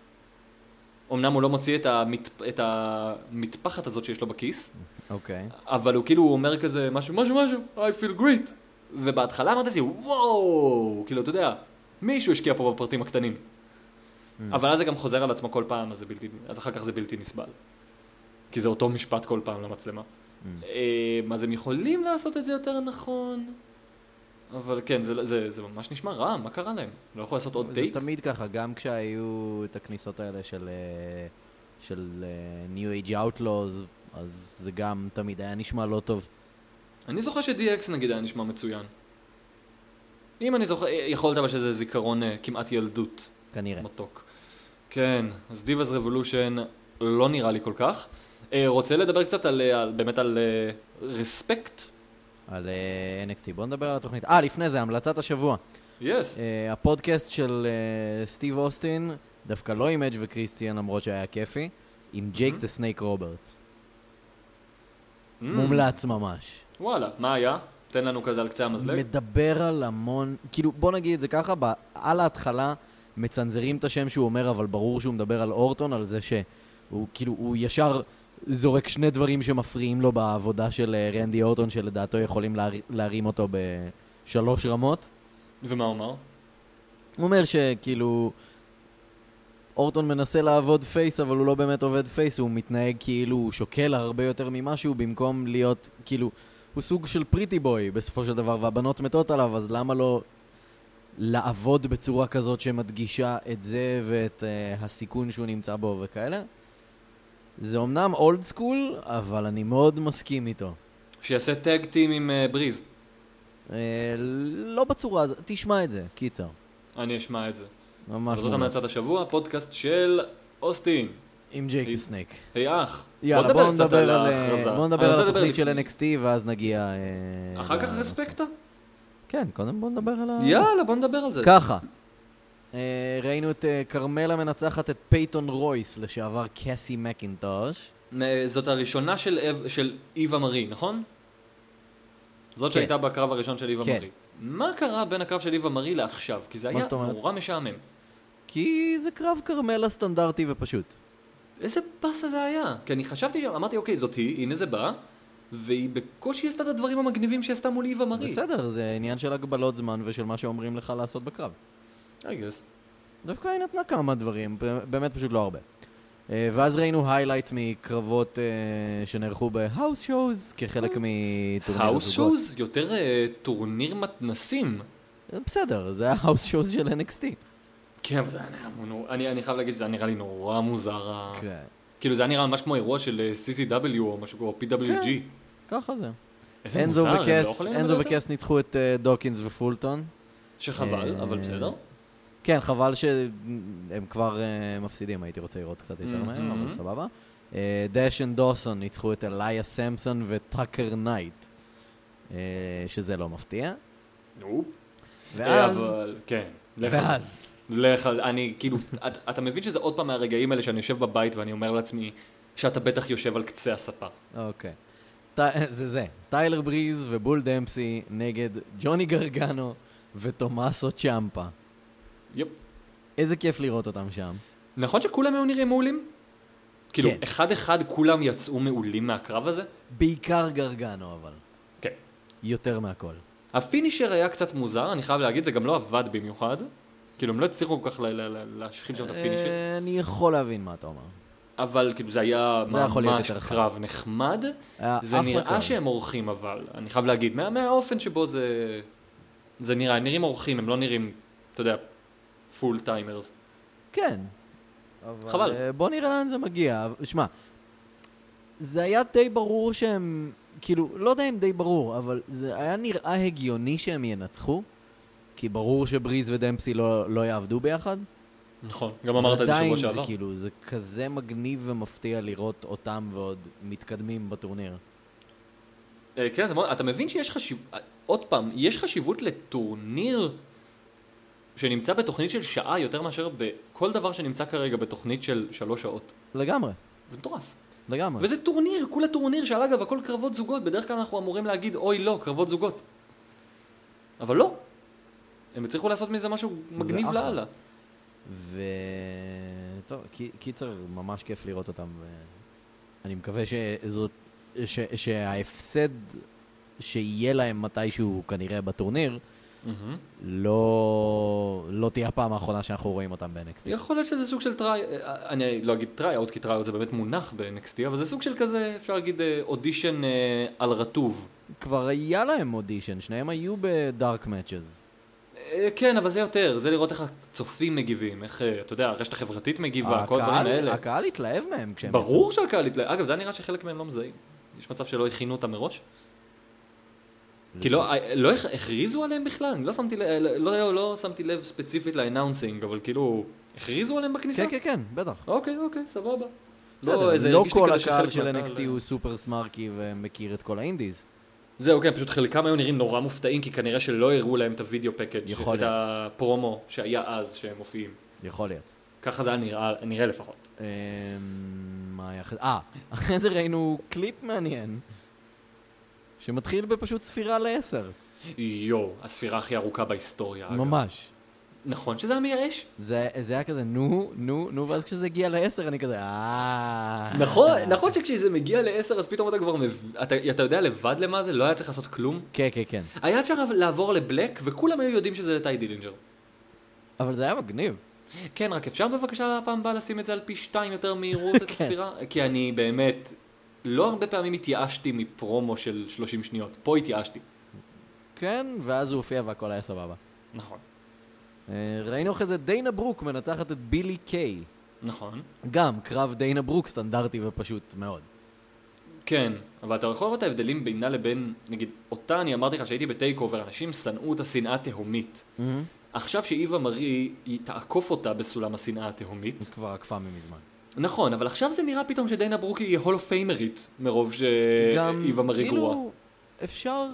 אמנם הוא לא מוציא את, המת... את המטפחת הזאת שיש לו בכיס, אוקיי. אבל הוא כאילו אומר כזה משהו, משהו, משהו, I feel great. ובהתחלה אמרתי לי, וואו, כאילו, אתה יודע, מישהו השקיע פה בפרטים הקטנים. Mm. אבל אז זה גם חוזר על עצמו כל פעם, אז, זה בלתי, אז אחר כך זה בלתי נסבל. כי זה אותו משפט כל פעם למצלמה. Mm. אמ, אז הם יכולים לעשות את זה יותר נכון, אבל כן, זה, זה, זה ממש נשמע רע, מה קרה להם? לא יכול לעשות עוד זה טייק? תמיד ככה, גם כשהיו את הכניסות האלה של, אה, של אה, New Age Outlaws, אז זה גם תמיד היה נשמע לא טוב. אני זוכר ש-DX נגיד היה נשמע מצוין. אם אני זוכר, יכול להיות אבל שזה זיכרון אה, כמעט ילדות. כנראה. מתוק. כן, אז דיוואז רבולושן לא נראה לי כל כך. אה, רוצה לדבר קצת על, אה, על באמת על אה, רספקט? על אה, NXT. בואו נדבר על התוכנית. אה, לפני זה, המלצת השבוע. יס. אה, הפודקאסט של אה, סטיב אוסטין, דווקא לא עם אג' וקריסטיאן, למרות שהיה כיפי, עם ג'ייק דה סנייק רוברטס. מומלץ ממש. Mm. וואלה, מה היה? תן לנו כזה על קצה המזלג. מדבר על המון, כאילו בוא נגיד את זה ככה, ב- על ההתחלה מצנזרים את השם שהוא אומר, אבל ברור שהוא מדבר על אורטון, על זה שהוא כאילו, הוא ישר זורק שני דברים שמפריעים לו בעבודה של אה, רנדי אורטון, שלדעתו יכולים להר, להרים אותו בשלוש רמות. ומה הוא אמר? הוא אומר שכאילו, אורטון מנסה לעבוד פייס, אבל הוא לא באמת עובד פייס, הוא מתנהג כאילו הוא שוקל הרבה יותר ממשהו, במקום להיות, כאילו, הוא סוג של פריטי בוי בסופו של דבר, והבנות מתות עליו, אז למה לא לעבוד בצורה כזאת שמדגישה את זה ואת uh, הסיכון שהוא נמצא בו וכאלה? זה אמנם אולד סקול, אבל אני מאוד מסכים איתו. שיעשה טאג טים עם אה, בריז. אה, לא בצורה הזאת, תשמע את זה, קיצר. אני אשמע את זה. ממש זאת מומלץ. המלצת השבוע, פודקאסט של אוסטין. עם ג'ייק היא- סנייק. היי אח. יאללה, בואו קצת נדבר על אה, ההכרזה. בואו אני נדבר רוצה על לדבר התוכנית של לפני. NXT ואז נגיע... אה, אחר כך ל- רספקטה? כן, קודם בואו נדבר על ה... יאללה, בוא נדבר על זה. ככה. אה, ראינו את אה, כרמלה מנצחת את פייתון רויס, לשעבר קאסי מקינטוש. אה, זאת הראשונה של אב- של איווה מארי, נכון? זאת כן. שהייתה בקרב הראשון של איווה כן. מארי. מה קרה בין הקרב של איווה מארי לעכשיו? כי זה מה היה זאת אומרת? נורא משעמם. כי זה קרב כרמלה סטנדרטי ופשוט. איזה באסה זה היה? כי אני חשבתי, אמרתי, אוקיי, זאת היא, הנה זה בא, והיא בקושי עשתה את הדברים המגניבים שהיא עשתה מול איווה מארי. בסדר, זה עניין של הגבלות זמן ושל מה שאומרים לך לעשות בקרב. I guess. דווקא היא נתנה כמה דברים, באמת פשוט לא הרבה. אה, ואז ראינו היילייטס מקרבות אה, שנערכו בהאוס שואוז אה. כחלק מטורניר האוס הזוגות. שוז יותר אה, טורניר מתנסים. בסדר, זה ההאוס שואוז של NXT. כן, אבל זה היה נראה נורא, אני, אני חייב להגיד שזה היה נראה לי נורא מוזר. ה- כן. כאילו זה היה נראה ממש כמו אירוע של אה, CCW או משהו כמו PWG. כן. ככה זה. איזה אנזו מוזר, הם לא וקס, יכולים אנזו לדעת? וקס ניצחו את אה, דוקינס ופולטון. שחבל, אה, אבל בסדר. כן, חבל שהם כבר אה, מפסידים, הייתי רוצה לראות קצת יותר מהם, מהמם. אבל סבבה. אה, דאש אנד דוסון ניצחו את אליה סמפסון וטאקר נייט, אה, שזה לא מפתיע. נופ. אה, ואז, אבל, כן. לך על זה. ואז, לך על אני כאילו, את- אתה מבין שזה עוד פעם מהרגעים האלה שאני יושב בבית ואני אומר לעצמי שאתה בטח יושב על קצה הספה. אוקיי. ט- זה זה, טיילר בריז ובול דמפסי נגד ג'וני גרגנו וטומאסו צ'מפה. יפ. איזה כיף לראות אותם שם. נכון שכולם היו נראים מעולים? כאילו, כן. אחד אחד כולם יצאו מעולים מהקרב הזה? בעיקר גרגנו אבל, כן. יותר מהכל. הפינישר היה קצת מוזר, אני חייב להגיד, זה גם לא עבד במיוחד. כאילו, הם לא הצליחו כל כך ל- ל- ל- להשחיל שם את הפינישר. אה, אני יכול להבין מה אתה אומר. אבל כאילו, זה היה זה יכול להיות ממש יותר חד. קרב נחמד. היה זה אה, אחלה קרב. נראה שהם עורכים, אבל, אני חייב להגיד, מה- מהאופן שבו זה... זה נראה, הם נראים עורכים, הם לא נראים, אתה יודע, פול טיימרס. כן. אבל, חבל. אה, בוא נראה לאן זה מגיע. שמע, זה היה די ברור שהם, כאילו, לא יודע אם די ברור, אבל זה היה נראה הגיוני שהם ינצחו, כי ברור שבריז ודמפסי לא, לא יעבדו ביחד. נכון, גם אמרת את זה עדיין שבוע זה שעבר. כאילו, זה כזה מגניב ומפתיע לראות אותם ועוד מתקדמים בטורניר. אה, כן, זה מאוד, אתה מבין שיש חשיבות, עוד פעם, יש חשיבות לטורניר שנמצא בתוכנית של שעה יותר מאשר בכל דבר שנמצא כרגע בתוכנית של שלוש שעות. לגמרי, זה מטורף. לגמרי. וזה טורניר, כולה טורניר שעל אגב הכל קרבות זוגות, בדרך כלל אנחנו אמורים להגיד אוי לא, קרבות זוגות. אבל לא. הם הצליחו לעשות מזה משהו מגניב אחלה. לאללה. ו... טוב, קי- קיצר, ממש כיף לראות אותם. ו... אני מקווה שזאת... ש... שההפסד שיהיה להם מתישהו, כנראה בטורניר, מהמם. לא, לא תהיה הפעם האחרונה שאנחנו רואים אותם ב-NXT. יכול להיות שזה סוג של טריי, אה, אני לא אגיד טריי אאוט, כי טריי אאוט זה באמת מונח ב-NXT, אבל זה סוג של כזה, אפשר להגיד אה, אודישן אה, על רטוב. כבר היה להם אודישן, שניהם היו בדארק מאצ'ז. אה, כן, אבל זה יותר, זה לראות איך הצופים מגיבים, איך, אה, אתה יודע, הרשת החברתית מגיבה, כל הדברים האלה. אה, הקהל התלהב מהם כשהם ברור שהקהל התלהב, אגב, זה היה נראה שחלק מהם לא מזהים. יש מצב שלא הכינו אותם מראש? כי נכון. לא, אה, לא הכ- הכריזו עליהם בכלל, אני לא שמתי לב, לא, לא, לא שמתי לב ספציפית לאנאונסינג, אבל כאילו, הכריזו עליהם בכניסה? כן, כן, כן, בטח. אוקיי, אוקיי, סבבה. בסדר, איזה- לא הרגיש לי כל כזה שחלק הקהל של מהקהל- NXT הוא סופר סמארקי ומכיר את כל האינדיז. זהו, כן, פשוט חלקם היו נראים נורא מופתעים, כי כנראה שלא הראו להם את הוידאו פקאג', יכול את להיות. הפרומו שהיה אז שהם מופיעים. יכול להיות. ככה זה היה נראה, נראה לפחות. אמ, מה היה אחרי זה? אה, אחרי זה ראינו קליפ מעניין, שמתחיל בפשוט ספירה לעשר. יואו, הספירה הכי ארוכה בהיסטוריה. אגב. ממש. נכון שזה היה מייאש? זה זה היה כזה, נו, נו, נו, ואז כשזה הגיע לעשר, אני כזה, אה... נכון, נכון שכשזה מגיע לעשר, אז פתאום אתה כבר מב... אתה, אתה יודע לבד למה זה? לא היה צריך לעשות כלום? כן, כן, כן. היה אפשר לעבור לבלק, וכולם היו יודעים שזה לטאי דילינג'ר. אבל זה היה מגניב. כן, רק אפשר בבקשה פעם הבאה לשים את זה על פי שתיים יותר מהירות את כן. הספירה? כי אני באמת לא הרבה פעמים התייאשתי מפרומו של 30 שניות, פה התייאשתי. כן, ואז הוא הופיע והכל היה סבבה. נכון. אה, ראינו אחרי זה דיינה ברוק מנצחת את בילי קיי. נכון. גם קרב דיינה ברוק סטנדרטי ופשוט מאוד. כן, אבל אתה יכול לראות את ההבדלים בינה לבין, נגיד, אותה אני אמרתי לך שהייתי בטייק אובר, אנשים שנאו את השנאה התהומית. עכשיו שאיווה מרי היא תעקוף אותה בסולם השנאה התהומית, היא כבר עקפה ממזמן. נכון, אבל עכשיו זה נראה פתאום שדיינה ברוק היא הולו פיימרית, מרוב גם, שאיווה מרי גרועה. כאילו, אפשר...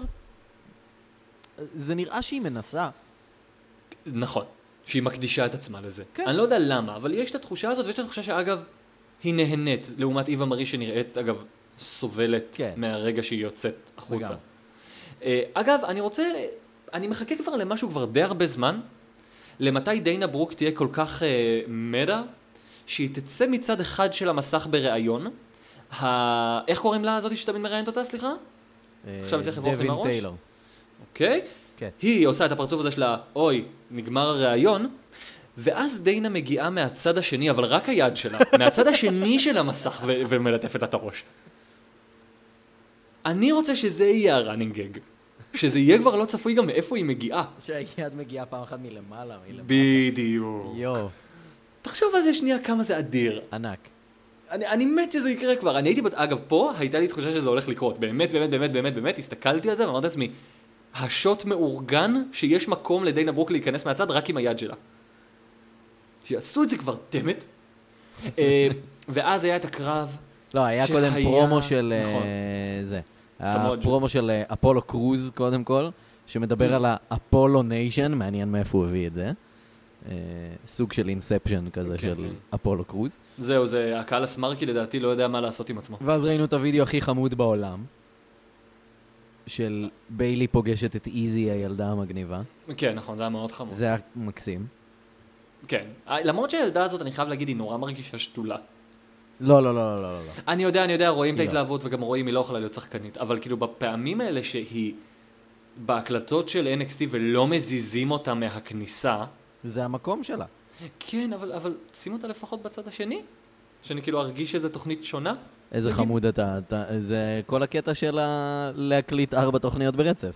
זה נראה שהיא מנסה. נכון, שהיא מקדישה את עצמה לזה. כן. אני לא יודע למה, אבל יש את התחושה הזאת, ויש את התחושה שאגב, היא נהנית, לעומת איווה מרי שנראית, אגב, סובלת כן. מהרגע שהיא יוצאת החוצה. לגמרי. אה, אגב, אני רוצה, אני מחכה כבר למשהו כבר די הרבה זמן, למתי דיינה ברוק תהיה כל כך אה, מדה, שהיא תצא מצד אחד של המסך בריאיון, ה... איך קוראים לה הזאת שתמיד מראיינת אותה, סליחה? עכשיו צריך לברוח עם אה, דווין הראש? טיילור. אוקיי? כן. היא עושה את הפרצוף הזה שלה, אוי, נגמר הריאיון, ואז דיינה מגיעה מהצד השני, אבל רק היד שלה, מהצד השני של המסך ו- ומלטפת לה את הראש. אני רוצה שזה יהיה הראנינג גג. שזה יהיה כבר לא צפוי גם מאיפה היא מגיעה. שהיד מגיעה פעם אחת מלמעלה, מלמעלה. בדיוק. יואו, תחשוב על זה שנייה כמה זה אדיר. ענק. אני, אני מת שזה יקרה כבר. אני הייתי, בט- אגב, פה הייתה לי תחושה שזה הולך לקרות. באמת, באמת, באמת, באמת, באמת, הסתכלתי על זה ואמרתי לעצמי, השוט מאורגן שיש מקום לדיינה ברוק להיכנס מהצד רק עם היד שלה. שיעשו את זה כבר, דמת. אה, ואז היה את הקרב, לא, היה שהיה- קודם פרומו של... נכון. אה, זה. היה סמואל ג'ו. פרומו של אה, אפולו קרוז, קודם כל, שמדבר על האפולו ניישן, מעניין מאיפה הוא הביא את זה. אה, סוג של אינספשן כזה כן, של כן. אפולו קרוז. זהו, זה הקהל הסמרקי לדעתי לא יודע מה לעשות עם עצמו. ואז ראינו את הוידאו הכי חמוד בעולם, של ביילי פוגשת את איזי, הילדה המגניבה. כן, נכון, זה היה מאוד חמור. זה היה מקסים. כן. אה, למרות שהילדה הזאת, אני חייב להגיד, היא נורא מרגישה שתולה. לא, לא, לא, לא, לא, לא. אני יודע, אני יודע, רואים את לא. ההתלהבות וגם רואים, היא לא יכולה להיות שחקנית, אבל כאילו בפעמים האלה שהיא בהקלטות של NXT ולא מזיזים אותה מהכניסה, זה המקום שלה. כן, אבל, אבל שים אותה לפחות בצד השני, שאני כאילו ארגיש שזו תוכנית שונה. איזה תגיד- חמוד אתה, אתה, זה כל הקטע של ה... להקליט ארבע תוכניות ברצף.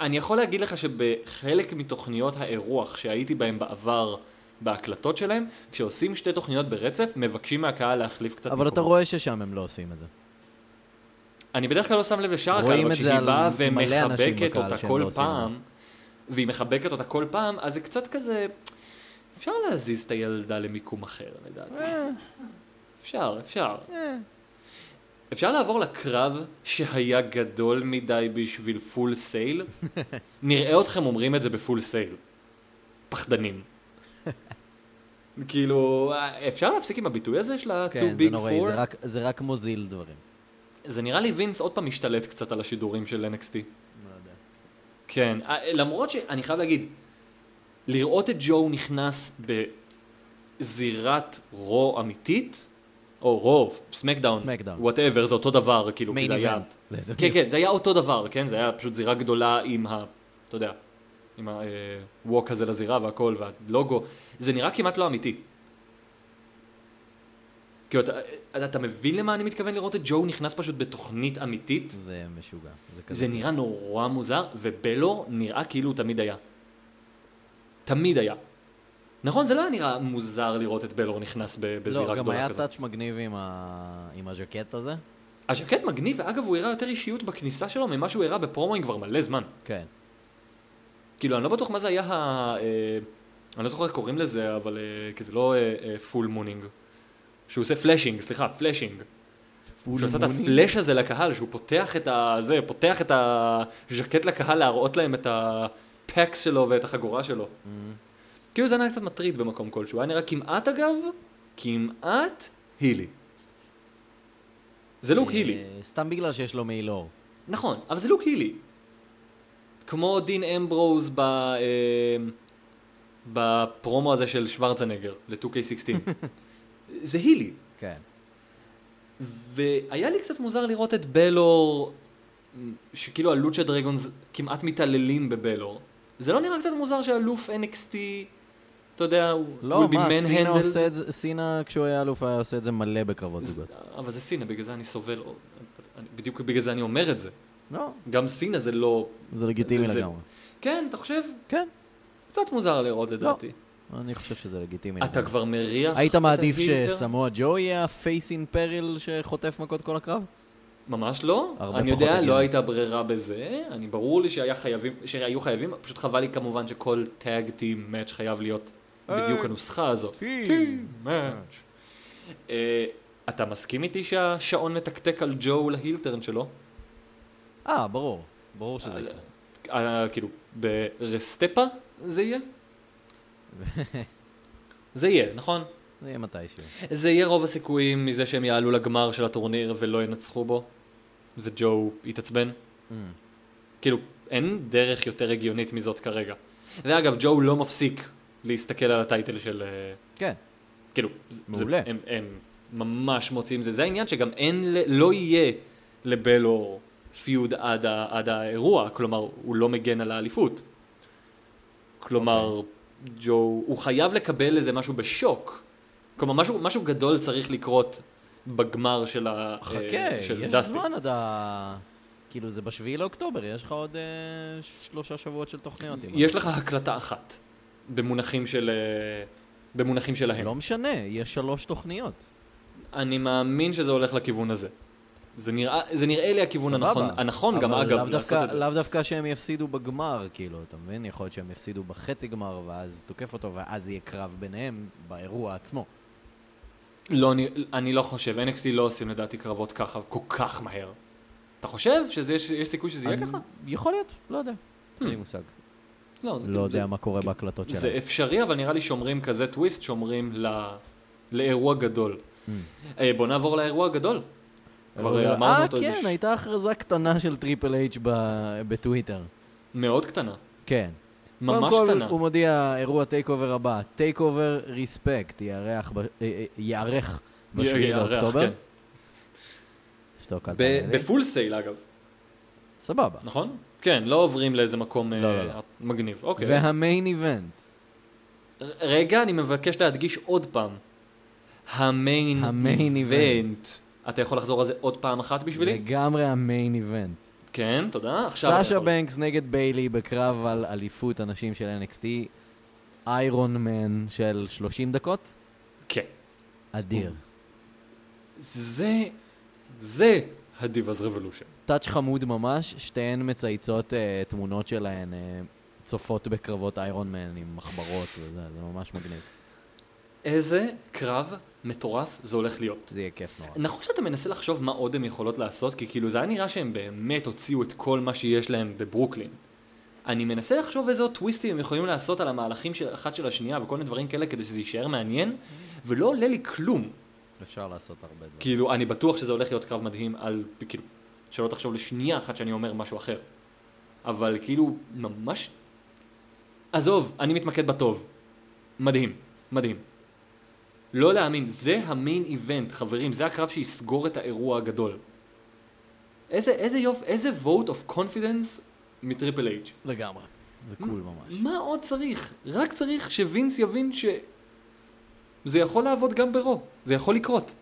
אני יכול להגיד לך שבחלק מתוכניות האירוח שהייתי בהן בעבר, בהקלטות שלהם, כשעושים שתי תוכניות ברצף, מבקשים מהקהל להחליף קצת אבל אתה מקומות. רואה ששם הם לא עושים את זה. אני בדרך כלל לא שם לב לשאר הקהל, רואים אבל את זה כשהיא על באה מלא אנשים ומחבקת בקהל אותה שהם כל לא עושים את פעם, והיא מחבקת אותה כל פעם, אז זה קצת כזה, אפשר להזיז את הילדה למיקום אחר, לדעתי. אפשר, אפשר. אפשר לעבור לקרב שהיה גדול מדי בשביל פול סייל? נראה אתכם אומרים את זה בפול סייל. פחדנים. כאילו, אפשר להפסיק עם הביטוי הזה של ה-too big for? כן, זה נוראי, זה רק, זה רק מוזיל דברים. זה נראה לי וינס עוד פעם משתלט קצת על השידורים של NXT. לא יודע. כן, אה, למרות שאני חייב להגיד, לראות את ג'ו נכנס בזירת רו אמיתית, או רו, סמקדאון, סמקדאון. וואטאבר, זה אותו דבר, כאילו, כי מיין זה היה... איבנט. לדעתי. כן, כן, זה היה אותו דבר, כן? זה היה פשוט זירה גדולה עם ה... אתה יודע, עם הווק הזה לזירה והכל, והלוגו. זה נראה כמעט לא אמיתי. כאילו, אתה, אתה- אתה מבין למה אני מתכוון לראות את ג'ו נכנס פשוט בתוכנית אמיתית? זה משוגע. זה כזה. זה נראה נורא מוזר, ובלור נראה כאילו הוא תמיד היה. תמיד היה. נכון, זה לא היה נראה מוזר לראות את בלור נכנס ב- בזירה לא, גדולה גם היה כזאת. טאץ' מגניב עם, ה... עם הז'קט הזה. הז'קט מגניב, ואגב, הוא הראה יותר אישיות בכניסה שלו ממה שהוא הראה בפרומואים כבר מלא זמן. כן. כאילו, אני לא בטוח מה זה היה ה... אה, אני לא זוכר איך קוראים לזה, אבל... אה, כי זה לא פול מונינג. שהוא עושה פלאשינג, סליחה, פלאשינג. פול שהוא עושה את מוני. הפלאש הזה לקהל, שהוא פותח את ה... זה, פותח את הז'קט לקהל להראות להם את הפקס שלו ואת החגורה שלו. כאילו זה היה קצת מטריד במקום כלשהו. היה נראה כמעט אגב, כמעט הילי. זה לוק הילי. אה, סתם בגלל שיש לו לא. מעיל אור. נכון, אבל זה לוק הילי. כמו דין אמברוז ב... אה, בפרומו הזה של שוורצנגר ל-2K16. זה הילי. כן. והיה לי קצת מוזר לראות את בלור, שכאילו הלוצ'ה דרגונס כמעט מתעללים בבלור. זה לא נראה קצת מוזר שאלוף NXT אתה יודע, הוא לא, will be מה, סינה manhandled. עושה את זה, סינה כשהוא היה אלוף היה עושה את זה מלא בקרבות זוגות. אבל זה סינה, בגלל זה אני סובל, אני- בדיוק בגלל זה אני אומר את זה. לא, גם סינה זה לא... זה לגיטימי זה- זה- לגמרי. כן, אתה חושב? כן, קצת מוזר לראות לדעתי. אני חושב שזה לגיטימי. אתה לגמרי. כבר מריח... לא. היית את מעדיף הגיל יותר? שסמואה ג'ו יהיה הפייס אין פריל שחוטף מכות כל הקרב? ממש לא. הרבה אני פחות יודע, הגיוני. לא הייתה ברירה בזה. אני ברור לי שהיה חייבים, שהיו חייבים, פשוט חבל לי כמובן שכל טאג טים מאץ' חייב להיות אה, בדיוק הנוסחה הזאת. טים מאץ'. אה, אתה מסכים איתי שהשעון מתקתק על ג'ו להילטרן שלו? אה, ברור. ברור שזה כן. לא. יקרה. אה, כאילו, ברסטפה זה יהיה? זה יהיה, נכון? זה יהיה מתישהו. זה יהיה רוב הסיכויים מזה שהם יעלו לגמר של הטורניר ולא ינצחו בו, וג'ו יתעצבן. אה, כאילו, אין דרך יותר הגיונית מזאת כרגע. ואגב, ג'ו לא מפסיק להסתכל על הטייטל של... אה, כן. כאילו, זה- מעולה. זה, הם, הם ממש מוציאים זה. זה העניין שגם אין, ל- לא יהיה לבלור פיוד עד, ה, עד האירוע, כלומר, הוא לא מגן על האליפות. כלומר, אוקיי. okay. ג'ו, הוא חייב לקבל איזה משהו בשוק. כלומר, משהו, משהו גדול צריך לקרות בגמר של, ה, חכה, אה, של יש דסטי. זמן עד ה... כאילו, זה בשביעי לאוקטובר, יש לך עוד אה, שלושה שבועות של תוכניות. אם יש לך הקלטה אחת, במונחים של... אה, במונחים אני- שלהם. לא משנה, יש שלוש תוכניות. אני מאמין שזה הולך לכיוון הזה. זה נראה, זה נראה לי הכיוון סבבה. הנכון, הנכון גם אבל אגב, לאו לעשות דווקא- את זה. לאו דווקא שהם יפסידו בגמר, כאילו, אתה מבין? יכול להיות שהם יפסידו בחצי גמר, ואז תוקף אותו, ואז יהיה קרב ביניהם באירוע עצמו. לא, אני, אני לא חושב, NXT לא עושים לדעתי קרבות ככה, כל כך מהר. אתה חושב שיש יש סיכוי שזה יהיה אני- ככה? יכול להיות, לא יודע. אין לי מושג. לא, זה, לא זה, יודע מה קורה בהקלטות זה, שלהם. אפשרי, אבל נראה לי שומרים כזה טוויסט, שומרים ל, לאירוע גדול. אה, בוא נעבור לאירוע הגדול. כבר אה, אמרנו אותו Hmm. אה, איזה... כן, ש- הייתה הכרזה קטנה של טריפל אייץ' ב- בטוויטר. מאוד קטנה. כן. ממש קודם כל, קטנה. הוא מודיע אירוע טייק אובר הבא, טייק אובר ריספקט, יארח ב- אה, אה, יארך בשביעי יארח, לאוקטובר. כן. שתוק, אל ב- תענה לי. בפול סייל אגב, סבבה. נכון? כן, לא עוברים לאיזה מקום לא, אה, לא, לא. מגניב. אוקיי. והמיין איבנט, ר- רגע, אני מבקש להדגיש עוד פעם. המיין המיין איבנט. אתה יכול לחזור על זה עוד פעם אחת בשבילי? לגמרי המיין איבנט. כן, תודה. עכשיו אתה סאשה יכול. בנקס נגד ביילי בקרב על אליפות הנשים של NXT, איירון מן של 30 דקות, כן. אדיר. זה, זה הדיבאז רבולושן. טאץ' חמוד ממש, שתיהן מצייצות אה, תמונות שלהן, אה, צופות בקרבות איירון מן עם מחברות וזה, זה ממש מגניב. איזה קרב מטורף זה הולך להיות. זה יהיה כיף נורא. נכון שאתה מנסה לחשוב מה עוד הן יכולות לעשות, כי כאילו זה היה נראה שהם באמת הוציאו את כל מה שיש להם בברוקלין. אני מנסה לחשוב איזה עוד טוויסטים הם יכולים לעשות על המהלכים של אחת של השנייה וכל מיני דברים כאלה כדי שזה יישאר מעניין, ולא עולה לי כלום. אפשר לעשות הרבה דברים. כאילו, אני בטוח שזה הולך להיות קרב מדהים על, כאילו, שלא תחשוב לשנייה אחת שאני אומר משהו אחר. אבל כאילו, ממש... עזוב, אני מתמקד בטוב. מדהים, מדהים. לא להאמין, זה המיין איבנט, חברים, זה הקרב שיסגור את האירוע הגדול. איזה, איזה יופ, איזה vote of confidence מטריפל אייג'. לגמרי. זה קול ממש. מה עוד צריך? רק צריך שווינס יבין ש... זה יכול לעבוד גם ברו, זה יכול לקרות.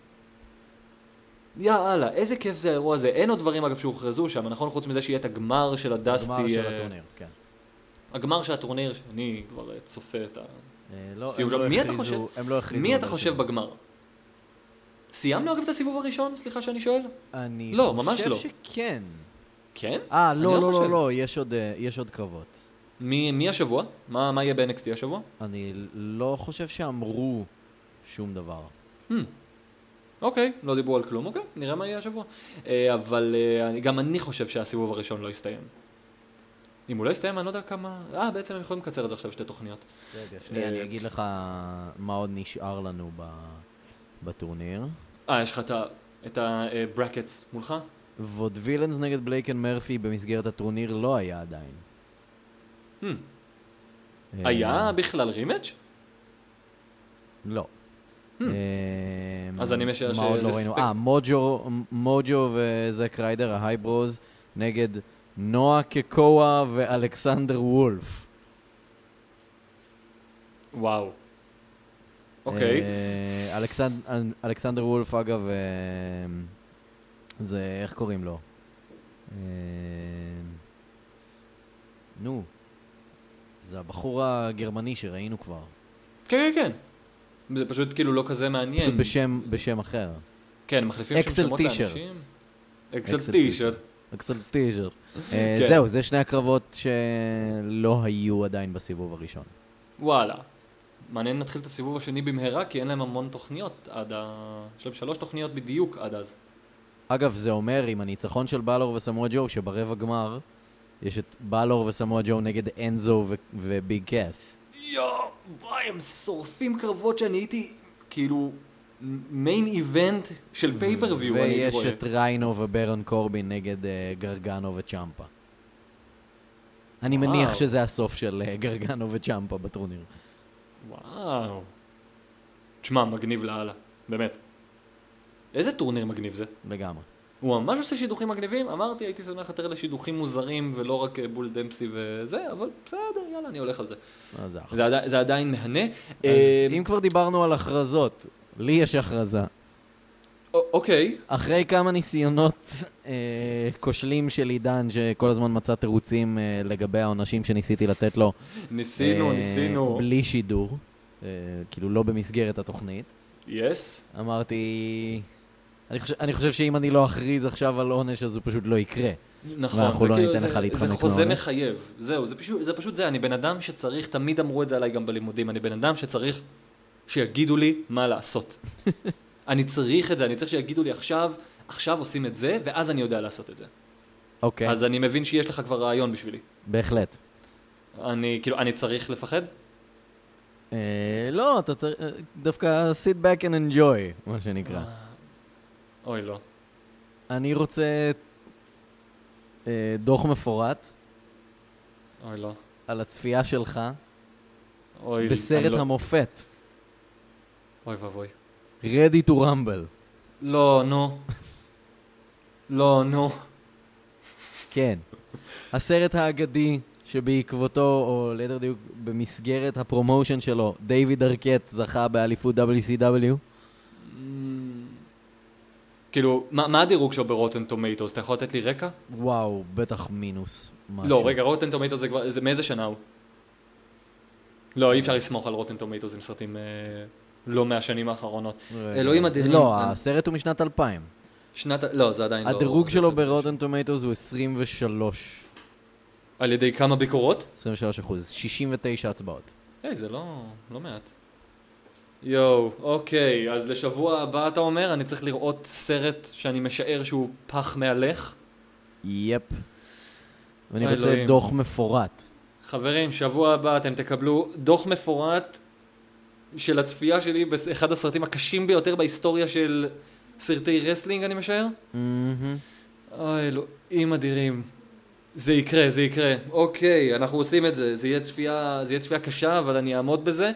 יאללה, איזה כיף זה האירוע הזה. אין עוד דברים אגב שהוכרזו שם, נכון? חוץ מזה שיהיה את הגמר של הדסטי. גמר של אה, הטורניר, כן. הגמר של הטורניר, שאני כבר אה, צופה את ה... אה, לא, סיום הם לא של- מי אתה הכריזו- הם לא הכריזו. מי עוד אתה על חושב סיבוב. בגמר? סיימנו אגב את הסיבוב הראשון? סליחה שאני שואל. אני לא, ממש לא. חושב שכן. כן? אה, אני לא, לא לא, חושב. לא, לא, יש עוד, אה, יש עוד קרבות. מי, מי השבוע? מה, מה יהיה ב-NXT השבוע? אני לא חושב שאמרו שום דבר. אוקיי, לא דיברו על כלום, אוקיי, נראה מה יהיה השבוע. אה, אבל אה, אני- גם אני חושב שהסיבוב הראשון לא יסתיים. אם הוא לא יסתיים, אני לא יודע כמה... אה, בעצם הם יכולים לקצר את זה עכשיו שתי תוכניות. רגע, שנייה, אני אגיד לך מה עוד נשאר לנו ב- בטורניר. אה, יש לך את ה- את הברקטס מולך? ווד וילנס נגד בלייקן מרפי במסגרת הטורניר לא היה עדיין. Hmm. אה, היה בכלל רימץ'? לא. אה, Hmm. אז אני משער מה עוד לא שרספקט- ראינו? אה, מוג'ו- מוג'ו וזק ריידר, ההייברוז, נגד נועה קקואה ואלכסנדר וולף. וואו. אוקיי. אה, אלכסנד- אנ- אלכסנדר וולף, אגב, אה, זה, איך קוראים לו? אה, נו, זה הבחור הגרמני שראינו כבר. כן, כן, כן. זה פשוט כאילו לא כזה מעניין. פשוט בשם, בשם אחר. כן, מחליפים שם אקסל שמות טישר. לאנשים. אקסל אקסל טישר. אקסל טיז'ר. אה, כן. זהו, זה שני הקרבות שלא היו עדיין בסיבוב הראשון. וואלה. מעניין להתחיל את הסיבוב השני במהרה, כי אין להם המון תוכניות עד ה... יש להם שלוש תוכניות בדיוק עד אז. אגב, זה אומר עם הניצחון של בלור וסמואל ג'ו, שברבע גמר יש את בלור וסמואל ג'ו נגד אנזו ו- וביג קאס. יואו, וואי, הם שורפים קרבות שאני הייתי, כאילו, מיין איבנט של פייפריוויו, אני הייתי ויש רואה. את ריינו וברון קורבין נגד אה, גרגנו וצ'מפה. אני וואו. מניח שזה הסוף של אה, גרגנו וצ'מפה בטורניר. וואו. תשמע, מגניב לאללה, באמת. איזה טורניר מגניב זה? לגמרי. הוא ממש עושה שידוכים מגניבים, אמרתי, הייתי שמח יותר לשידוכים מוזרים ולא רק אה, בול דמפסי וזה, אבל בסדר, יאללה, אני הולך על זה. אז לא, זה אחלה. זה עדיין, זה עדיין מהנה. אז אה, אם כבר דיברנו על הכרזות, לי יש הכרזה. א- אוקיי, אחרי כמה ניסיונות אה, כושלים של עידן, שכל הזמן מצא תירוצים אה, לגבי העונשים שניסיתי לתת לו, ניסינו, אה, ניסינו. בלי שידור, אה, כאילו לא במסגרת התוכנית, יס? אמרתי... אני חושב, אני חושב שאם אני לא אכריז עכשיו על עונש, אז הוא פשוט לא יקרה. נכון. ואנחנו זה לא כאילו- ניתן זה- לך להתחמק זה חוזה מהעונש. מחייב, זהו, זה פשוט, זה פשוט זה, אני בן אדם שצריך, תמיד אמרו את זה עליי גם בלימודים, אני בן אדם שצריך שיגידו לי מה לעשות. אני צריך את זה, אני צריך שיגידו לי עכשיו, עכשיו עושים את זה, ואז אני יודע לעשות את זה. אוקיי, אז... אז אני מבין שיש לך כבר רעיון בשבילי. בהחלט. אני, כאילו, אני צריך לפחד? אה, לא, אתה צריך... אה, דווקא sit back and enjoy, מה שנקרא. אה, אוי, לא. אני רוצה אה, דוח מפורט אוי, לא. על הצפייה שלך אוי, אני בסרט לא- המופת, אוי ואבוי. Ready to Rumble. לא, נו. לא, נו. כן. הסרט האגדי שבעקבותו, או ליתר דיוק, במסגרת הפרומושן שלו, דיוויד ארקט זכה באליפות WCW. כאילו, מה מה הדירוג שלו ברוטן טומטוס? אתה יכול לתת לי רקע? וואו, בטח מינוס. משהו. לא, רגע, רוטן טומטוס זה כבר, זה מאיזה שנה הוא? לא, אי אפשר לסמוך על רוטן טומטוס עם סרטים אה, לא מהשנים האחרונות. רגע. אלוהים אדירים. לא, אני- הסרט הוא משנת 2000. שנת, ה- לא, זה עדיין לא... הדירוג שלו זה- ב-Rotten Tomatoes הוא 23. על ידי כמה ביקורות? 23 אחוז, 69 הצבעות. היי, זה לא, לא מעט. יואו, אוקיי, אז לשבוע הבא אתה אומר, אני צריך לראות סרט שאני משער שהוא פח מהלך? יפ. ואני אוי, רוצה אלוהים. דוח מפורט. חברים, שבוע הבא אתם תקבלו דוח מפורט של הצפייה שלי באחד הסרטים הקשים ביותר בהיסטוריה של סרטי רסלינג, אני משער? מהמם. אוי, אלוהים אדירים. זה יקרה, זה יקרה. אוקיי, אנחנו עושים את זה. זה יהיה צפייה, זה יהיה צפייה קשה, אבל אני אעמוד בזה.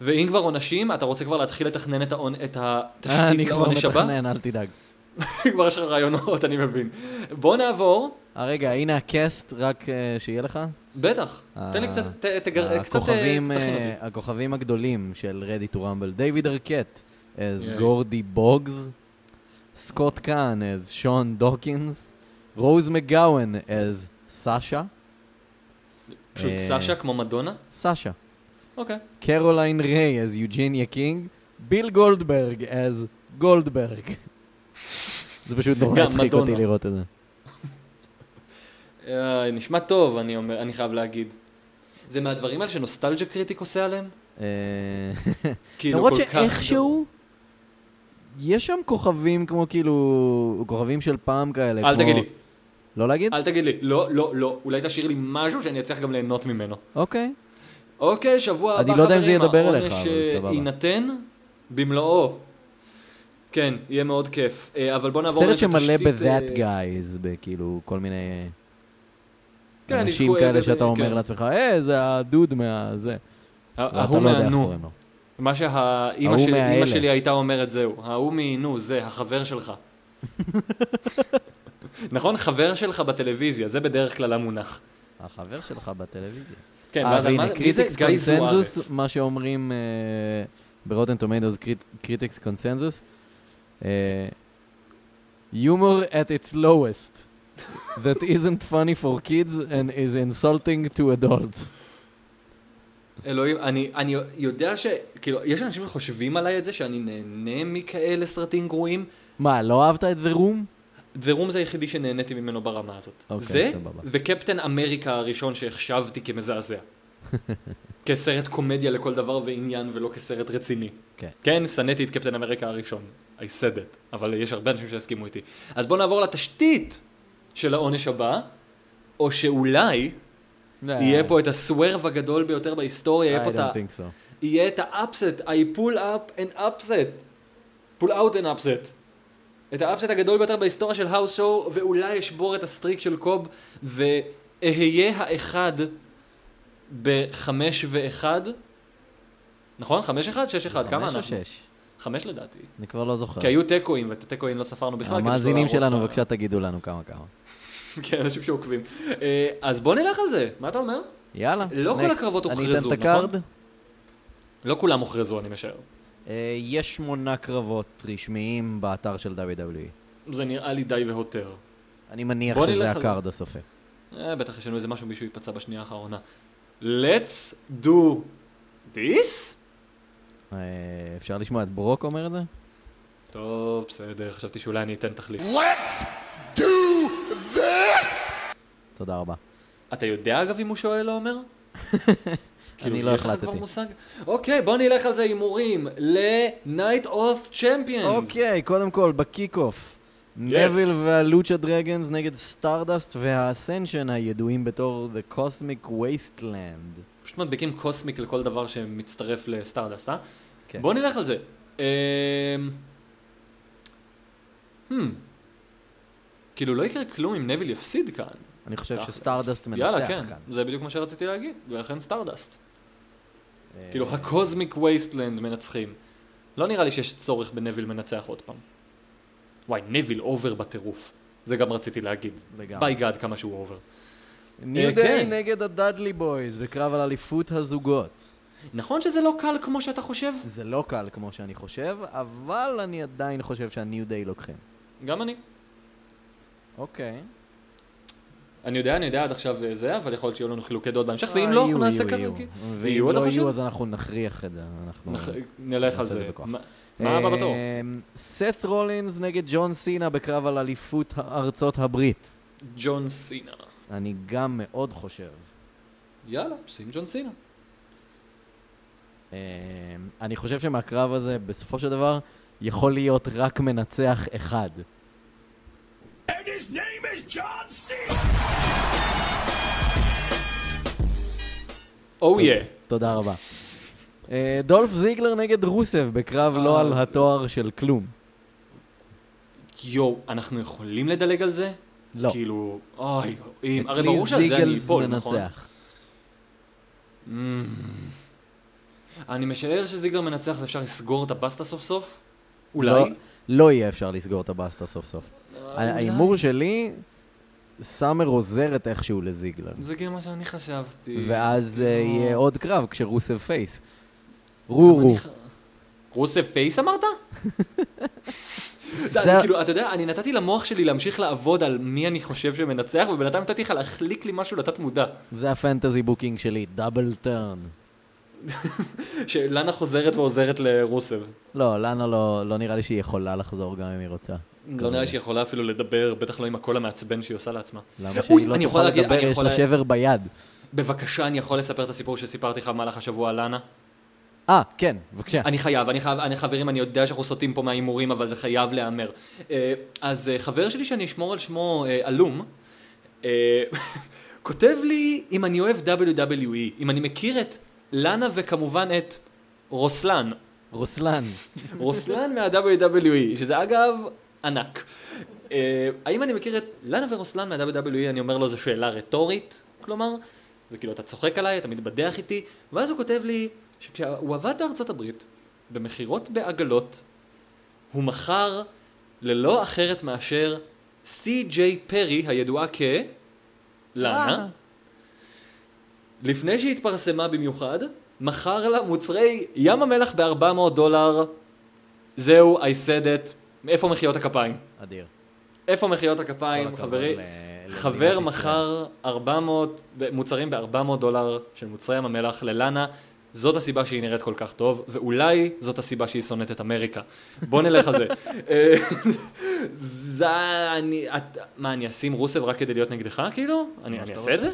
ואם כבר עונשים, אתה רוצה כבר להתחיל לתכנן את, העונ... את אה, אני התשתית כבר לעונש הבא? מתכנן, אל תדאג. כבר יש לך רעיונות, אני מבין. בוא נעבור, אה, רגע, הנה הקאסט, רק אה, שיהיה לך. בטח. אה, תן לי קצת, ת, תגר... קצת, הכוכבים, אה, תכין אותי. אה, הכוכבים הגדולים של Ready to Rumble, דיוויד ארקט, אז יאי. גורדי בוגס, סקוט קאן, אז שון דוקינס, רוז מגאוון, אז סאשה, פשוט אה, סשה כמו מדונה? סאשה, אוקיי. קרוליין ריי, אז יוג'יניה קינג, ביל גולדברג, אז גולדברג. זה פשוט נורא גם הצחיק אותי מדונה. לראות את זה. אה, נשמע טוב, אני, אומר, אני חייב להגיד. זה מהדברים האלה שנוסטלג'ה קריטיק עושה עליהם? אה, כאילו, למרות כל כך- שאיכשהו, יש שם כוכבים כמו כאילו, כוכבים של פעם כאלה. אל כמו- תגיד לי. לא להגיד? אל תגיד לי, לא, לא, לא, אולי תשאיר לי משהו שאני אצליח גם ליהנות ממנו. אוקיי. אוקיי, שבוע הבא, אני לא יודע אם זה חברים, ידבר אליך, העונש, אבל אה, סבבה. יינתן במלואו. כן, יהיה מאוד כיף. אה, אבל בוא נעבור סרט לאיזה שמלא תשתית, אה, ב-That Guys, בכאילו כל מיני כן, אנשים נזכו, אה, כאלה ב- שאתה כן. אומר לעצמך, אה, זה הדוד מה... זה. ה- ואתה ההוא לא יודע איך מהנו. קוראים לו. מה שהאימא ההוא שלי, אימא מהאלה. שלי הייתה אומרת זהו. ההוא מנו, זה, החבר שלך. נכון? חבר שלך בטלוויזיה, זה בדרך כלל המונח. החבר שלך בטלוויזיה. כן, אה, ואז אמרת, והנה, מי זה קריטיקס גיא קונסנזוס, זוארץ? מה שאומרים, אה, ברוטן טומטוס קריטיקס קונסנזוס. אה, humor at its lowest that isn't funny for kids and is insulting to adults. אלוהים, אני, אני יודע ש... כאילו, יש אנשים שחושבים עליי את זה שאני נהנה מכאלה סרטים גרועים. מה, לא אהבת את The Room? The Room זה היחידי שנהניתי ממנו ברמה הזאת. אוקיי, זה, סבבה. וקפטן אמריקה הראשון שהחשבתי כמזעזע. כסרט קומדיה לכל דבר ועניין ולא כסרט רציני. כן. כן, שנאתי את קפטן אמריקה הראשון. I said it. אבל יש הרבה אנשים שיסכימו איתי. אז בואו נעבור לתשתית של העונש הבא, או שאולי אה, יהיה פה את הסוורב הגדול ביותר בהיסטוריה, יהיה פה I את ה... don't think so. יהיה את האפסט, I pull up an upset, pull out an upset. את האפסט הגדול ביותר בהיסטוריה של האוס שואו, ואולי אשבור את הסטריק של קוב, ואהיה האחד בחמש ואחד. נכון? חמש אחד? שש אחד? כמה חמש אנחנו? או שש? חמש לדעתי. אני כבר לא זוכר. כי היו תיקואים, ואת התיקואים לא ספרנו בכלל. כדי שלא המאזינים להרוס שלנו, את ה- בבקשה תגידו לנו כמה כמה. כן, אנשים שעוקבים. אה, אז בוא נלך על זה, מה אתה אומר? יאללה. לא כל next. הקרבות אני הוכרזו, אתן את נכון? הקארד. לא כולם הוכרזו, אני משער. אה, יש שמונה קרבות רשמיים באתר של WWE. זה נראה לי די והותר. אני מניח בוא שזה נלך על זה. הקארד הסופי. אה, בטח ישנו איזה משהו, מישהו ייפצע בשנייה האחרונה. Let's do this? אה, אפשר לשמוע את ברוק אומר את זה? טוב, בסדר, חשבתי שאולי אני אתן תחליף. Let's do this! תודה רבה. אתה יודע אגב אם הוא שואל או אומר? כאילו, אני לא יש לך כבר החלטתי. מושג? אוקיי, בוא נלך על זה הימורים ל-Night of Champions. אוקיי, קודם כל, בקיק-אוף. נביל והלוצ'ה דרגנס נגד סטארדסט והאסנשן הידועים בתור The Cosmic Wasteland. פשוט מדביקים קוסמיק לכל דבר שמצטרף לסטארדסט, אה? כן. בוא נלך על זה. אמ, hmm. כאילו, לא יקרה כלום אם נביל יפסיד כאן. אני חושב תכלס. שסטארדסט אה, יאללה, מנצח כן, כאן. זה בדיוק מה שרציתי להגיד, ולכן סטארדסט. אה, כאילו, הקוזמיק וייסטלנד מנצחים. לא נראה לי שיש צורך בנביל מנצח עוד פעם. וואי, נביל אובר בטירוף. זה גם רציתי להגיד. לגמרי. ביי גאד כמה שהוא אובר. ניו אה, דיי כן. נגד הדאדלי בויז בקרב על אליפות הזוגות. נכון שזה לא קל כמו שאתה חושב? זה לא קל כמו שאני חושב, אבל אני עדיין חושב שהניו דיי לוקחים. גם אני. אוקיי. אני יודע, אני יודע עד עכשיו אה, זה, אבל יכול להיות שיהיו לנו חילוקי דעות בהמשך, ואם אה, לא, יהיו, אנחנו נעשה יהיו, ככה. יהיו. כי- ואם יהיו, אתה לא חושב? יהיו, אז אנחנו נכריח את זה. אנחנו... נח- נלך נעשה על את זה. זה בכוח. מה- מה הבא בתור? אמ, סת' רולינס נגד ג'ון סינה בקרב על אליפות ארצות הברית. ג'ון סינה. אני גם מאוד חושב. יאללה, שים ג'ון סינה. אמ, אני חושב שמהקרב הזה, בסופו של דבר, יכול להיות רק מנצח אחד. And his name is John C. או יא. תודה רבה. אה, דולף זיגלר נגד רוסב בקרב לא אה. על התואר של כלום. יואו, אנחנו יכולים לדלג על זה? לא. כאילו, אוי, אם, הרי אצלי ברור שעל זה אני זיגלס אפול, נכון? Mm. מנצח. אני משער שזיגלר מנצח ואפשר לסגור את הבסטה סוף סוף? לא- אולי? לא יהיה אפשר לסגור את הבאסטה סוף סוף. אה, ההימור שלי, סאמר עוזרת איכשהו לזיגלר. זה גם מה שאני חשבתי. ואז אה, אה, לא. יהיה עוד קרב כשרוסב פייס. גם אני רורו. ח- רוסב פייס אמרת? זה זה- אני כאילו, אתה יודע, אני נתתי למוח שלי להמשיך לעבוד על מי אני חושב שמנצח, ובינתיים נתתי לך להחליק לי משהו לתת מודע. זה הפנטזי בוקינג שלי, דאבל טרן. שלנה חוזרת ועוזרת לרוסב. לא, לנה לא, לא נראה לי שהיא יכולה לחזור גם אם היא רוצה. לא נראה לי שהיא יכולה אפילו לדבר, בטח לא עם הקול המעצבן שהיא עושה לעצמה. למה אוי, שהיא לא אני יכול תוכל להגיד- לדבר, אני יש יכול לה לה- שבר ביד. בבקשה, אני יכול לספר את הסיפור שסיפרתי לך במהלך השבוע על לנה? אה, כן, בבקשה. אני חייב, אני חייב, אני חברים, אני יודע שאנחנו סוטים פה מההימורים, אבל זה חייב להיאמר. אה, אז אה, חבר שלי שאני אשמור על שמו אה, עלום, אה, כותב לי אם אני אוהב WWE, אם אני מכיר את לנה וכמובן את רוסלן, רוסלן, רוסלן מה-WWE, E, שזה אגב ענק. אה, האם אני מכיר את לנה ורוסלן מה-WWE, E? אני אומר לו זו שאלה רטורית, כלומר, זה כאילו אתה צוחק עליי, אתה מתבדח איתי, ואז הוא כותב לי שכשהוא עבד בארצות הברית, במכירות בעגלות, הוא מכר ללא אחרת מאשר סי.ג'יי פרי, הידועה כ... אה. לנה, לפני שהיא התפרסמה במיוחד, מכר לה מוצרי ים המלח ב-400 דולר. זהו, I said it. איפה מחיאות הכפיים? אדיר. איפה מחיאות כל הכפיים, הכבוד חברי? ל- חבר למדינת ישראל. מכר 400, ב- מוצרים ב-400 דולר של מוצרי ים המלח ללאנה. זאת הסיבה שהיא נראית כל כך טוב, ואולי זאת הסיבה שהיא שונאת את אמריקה. בוא נלך על זה. אה, זה... אני... את- מה, אני אשים רוסב רק כדי להיות נגדך, כאילו? אני מה אני שאתה אעשה את זה?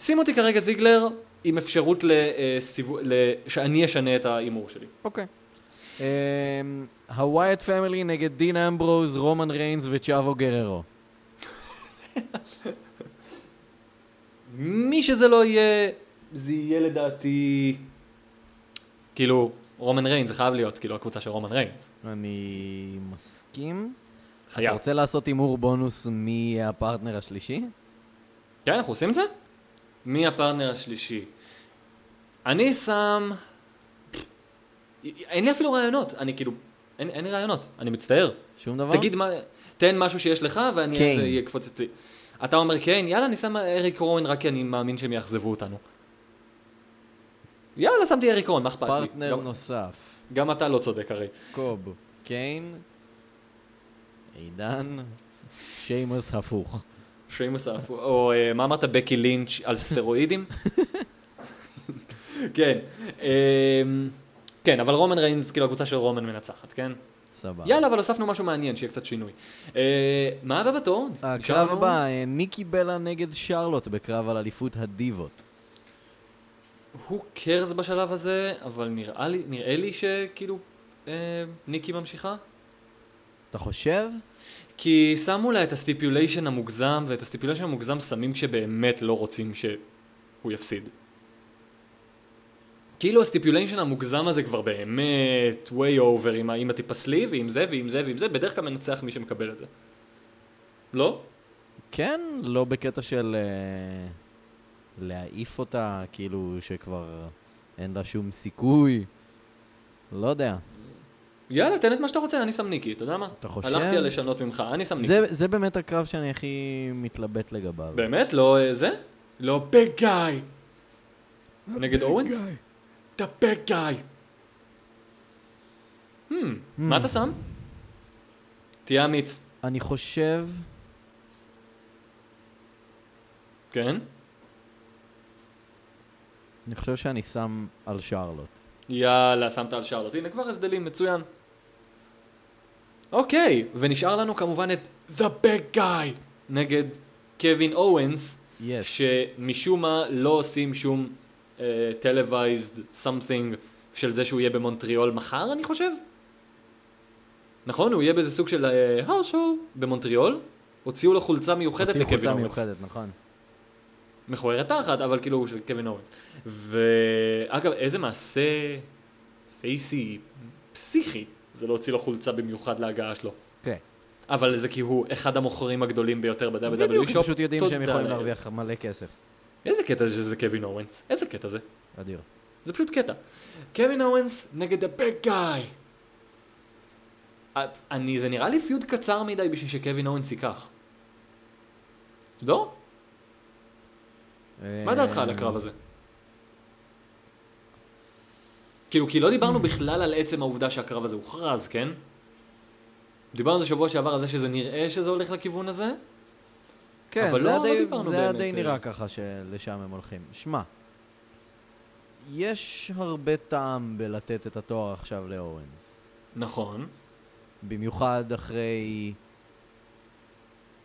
שים אותי כרגע זיגלר עם אפשרות לסיבו... ל- שאני אשנה את ההימור שלי. אוקיי. אמ, הווייט פמילי נגד דין אמברוז, רומן ריינס וצ'אבו גררו. מי שזה לא יהיה, זה יהיה לדעתי... כאילו, רומן ריינס, זה חייב להיות, כאילו, הקבוצה של רומן ריינס. אני מסכים. אתה חייב. רוצה לעשות הימור בונוס מי יהיה הפרטנר השלישי? כן, אנחנו עושים את זה? מי הפרטנר השלישי? אני שם... אין לי אפילו רעיונות, אני כאילו... אין, אין לי רעיונות, אני מצטער. שום דבר? תגיד מה... תן משהו שיש לך ואני קיין. זה יקפוץ אצלי. אתה אומר קיין, יאללה, אני שם אריק רון רק כי אני מאמין שהם יאכזבו אותנו. יאללה, שמתי אריק רון, מה אכפת לי? לא. פרטנר גם- נוסף. גם אתה לא צודק הרי. קוב, קיין, עידן, שיימוס הפוך. שיימוס האפו, או אה, מה אמרת? בקי לינץ' על סטרואידים? כן. אה, כן, אבל רומן ריינס, כאילו הקבוצה של רומן מנצחת, כן? סבבה. יאללה, אבל הוספנו משהו מעניין, שיהיה קצת שינוי. אה, מה הבא בתור? נשאר הקרב לנו- הבא, אה, ניקי בלה נגד שרלוט בקרב על אליפות הדיבות. הוא קרס בשלב הזה, אבל נראה לי, נראה לי שכאילו אה, ניקי ממשיכה. אתה חושב? כי שמו לה את הסטיפיוליישן המוגזם, ואת הסטיפיוליישן המוגזם שמים כשבאמת לא רוצים שהוא יפסיד. כאילו הסטיפיוליישן המוגזם הזה כבר באמת way over עם האמא תיפסלי ועם זה ועם זה ועם זה, בדרך כלל מנצח מי שמקבל את זה. לא? כן, לא בקטע של אה, להעיף אותה, כאילו שכבר אין לה שום סיכוי. לא יודע. יאללה, תן את מה שאתה רוצה, אני שם ניקי, אתה יודע מה? אתה חושב? הלכתי על לשנות ממך, אני שם ניקי. זה, זה באמת הקרב שאני הכי מתלבט לגביו. באמת? לא אה, זה? לא ביג גאי. נגד אורנס? אתה ביג גאי. Mm. מה אתה שם? תהיה אמיץ. Hmm. אני חושב... כן? אני חושב שאני שם על שרלוט. יאללה, שמת על שרלוט. הנה כבר הבדלים, מצוין. אוקיי, ונשאר לנו כמובן את The Big Guy נגד קווין אורנס, Yes. שמשום מה לא עושים שום טלוויזד uh, something של זה שהוא יהיה במונטריאול מחר, אני חושב? נכון? הוא יהיה באיזה סוג של הר שואו במונטריאול? הוציאו לו חולצה מיוחדת הוציאו לקווין חולצה אורנס. מיוחדת, נכון. מכוערת תחת, אבל כאילו הוא של קווין אורנס. ואגב, איזה מעשה פייסי פסיכי זה להוציא לו חולצה במיוחד להגעה שלו. כן. אבל זה כי הוא אחד המוכרים הגדולים ביותר ב-WWE שופ. בדיוק, הם פשוט יודעים E שהם תודה יכולים לאל. להרוויח מלא כסף. איזה קטע זה שזה קווין אורנס? איזה קטע זה? אדיר. זה פשוט קטע. קווין אורנס נגד הביג גאי. את- אני, זה נראה לי פיוד קצר מדי בשביל שקווין אורנס ייקח. לא? מה דעתך על הקרב הזה? כאילו, כי לא דיברנו בכלל על עצם העובדה שהקרב הזה הוכרז, כן? דיברנו על זה שבוע שעבר על זה שזה נראה שזה הולך לכיוון הזה. כן, אבל זה לא- היה לא די- דיברנו זה היה באמת, די אה. נראה ככה שלשם הם הולכים. שמע, יש הרבה טעם בלתת את התואר עכשיו לאורנס. נכון. במיוחד אחרי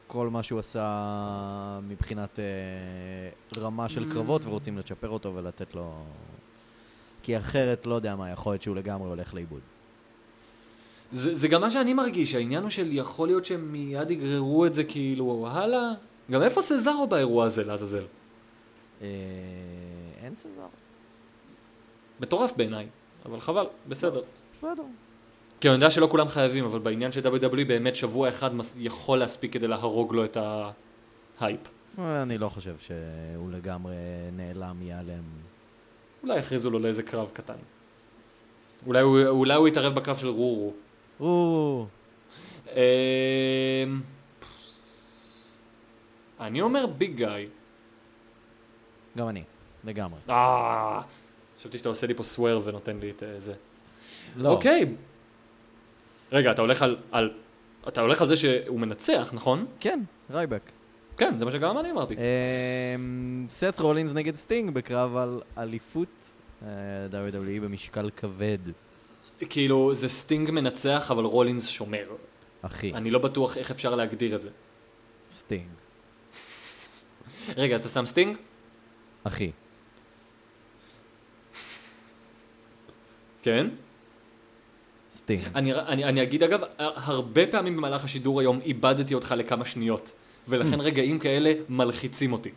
כל מה שהוא עשה מבחינת אה, רמה Mm. של קרבות, ורוצים לצ'פר אותו ולתת לו... כי אחרת, לא יודע מה, יכול להיות שהוא לגמרי הולך לאיבוד. זה, זה גם מה שאני מרגיש, העניין הוא של יכול להיות שהם מיד יגררו את זה כאילו, הלאה. גם איפה סזארו באירוע הזה, לעזאזל? אה, אין סזר. מטורף בעיניי, אבל חבל, בסדר. בסדר. כי אני יודע שלא כולם חייבים, אבל בעניין של WWE באמת שבוע אחד מס- יכול להספיק כדי להרוג לו את ההייפ. אה, אני לא חושב שהוא לגמרי נעלם, ייעלם. אולי יכריזו לו לאיזה קרב קטן. אולי הוא, אולי הוא יתערב בקרב של רורו. או, אמ, אני אומר ביג גאי. גם אני, לגמרי. אה, חשבתי שאתה עושה לי פה סוואר ונותן לי את אה, זה. לא. אוקיי. רגע, אתה הולך על, על... אתה הולך על זה שהוא מנצח, נכון? כן, רייבק. כן, זה מה שגם אני אה. אמרתי. אמ, סט רולינס נגד סטינג בקרב על אליפות אה, WWE במשקל כבד, כאילו, זה סטינג מנצח, אבל רולינס שומר. אחי. אני לא בטוח איך אפשר להגדיר את זה. סטינג. רגע, אז אתה שם סטינג? אחי. כן. סטינג. אני, אני, אני אגיד, אגב, הרבה פעמים במהלך השידור היום איבדתי אותך לכמה שניות, ולכן רגעים כאלה מלחיצים אותי.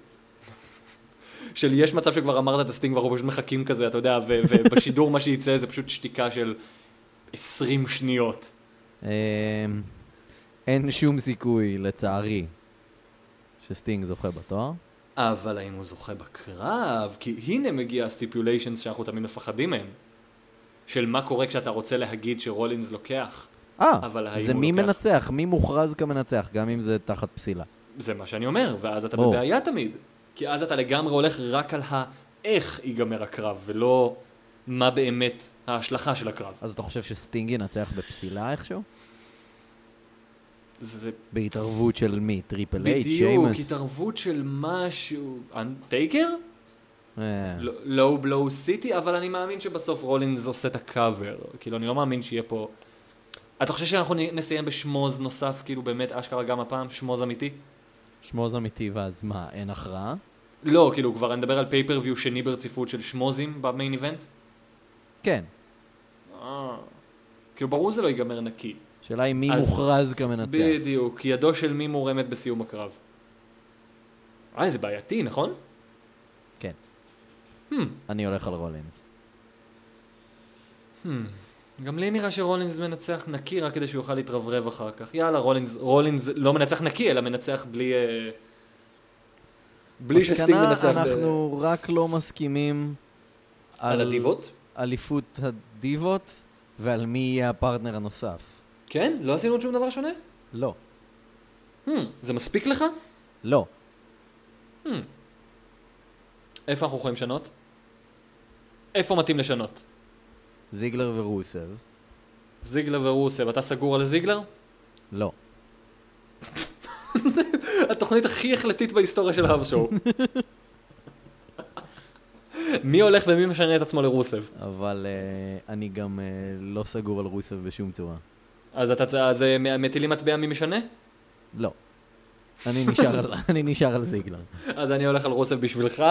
של יש מצב שכבר אמרת את הסטינג ואנחנו פשוט מחכים כזה, אתה יודע, ו- ובשידור מה שיצא זה פשוט שתיקה של 20 שניות. אמ, אין שום סיכוי, לצערי, שסטינג זוכה בתואר. אבל האם הוא זוכה בקרב? כי הנה מגיע הסטיפוליישנס שאנחנו תמיד מפחדים מהם. של מה קורה כשאתה רוצה להגיד שרולינס לוקח. אה, אבל האם זה הוא מי לוקח? מנצח, מי מוכרז כמנצח, גם אם זה תחת פסילה. זה מה שאני אומר, ואז אתה ברור. בבעיה תמיד. כי אז אתה לגמרי הולך רק על האיך ייגמר הקרב, ולא מה באמת ההשלכה של הקרב. אז אתה חושב שסטינג ינצח בפסילה איכשהו? זה בהתערבות של מי? טריפל אייט? בדיוק שיימס? התערבות של משהו... לא, טייקר? אה, לואו בלואו סיטי, אבל אני מאמין שבסוף רולינס עושה את הקאבר. כאילו, אני לא מאמין שיהיה פה... אתה חושב שאנחנו נ- נסיים בשמוז נוסף, כאילו באמת אשכרה גם הפעם, שמוז אמיתי? שמוז אמיתי ואז מה, אין הכרעה? לא, כאילו, כבר אני מדבר על פייפריוויו שני ברציפות של שמוזים במיין איבנט. כן. אה. כאילו, ברור זה לא ייגמר נקי. השאלה היא מי אז- מוכרז כמנצח. בדיוק, כי ידו של מי מורמת בסיום הקרב. אה, זה בעייתי, נכון? כן. Hmm, אני הולך על רולינס. hmm. גם לי נראה שרולינס מנצח נקי רק כדי שהוא יוכל להתרברב אחר כך. יאללה, רולינס, רולינס לא מנצח נקי, אלא מנצח בלי... אה, בלי שסטינג מסקנה, מנצח... ב- אנחנו רק לא מסכימים על הדיבות? אליפות הדיבות ועל מי יהיה הפרטנר הנוסף. כן? לא עשינו עוד שום דבר שונה? לא. Hmm, זה מספיק לך? לא. Hmm. איפה אנחנו יכולים לשנות? איפה מתאים לשנות? זיגלר ורוסב. זיגלר ורוסב, אתה סגור על זיגלר? לא. התוכנית הכי החלטית בהיסטוריה של האב שואו. מי הולך ומי משנה את עצמו לרוסב? אבל אה, אני גם אה, לא סגור על רוסב בשום צורה. אז אתה צ- אז אה, מ- מטילים מטבע מי משנה? לא. אני נשאר על- אני נשאר על זיגלר. אז אני הולך על רוסב בשבילך.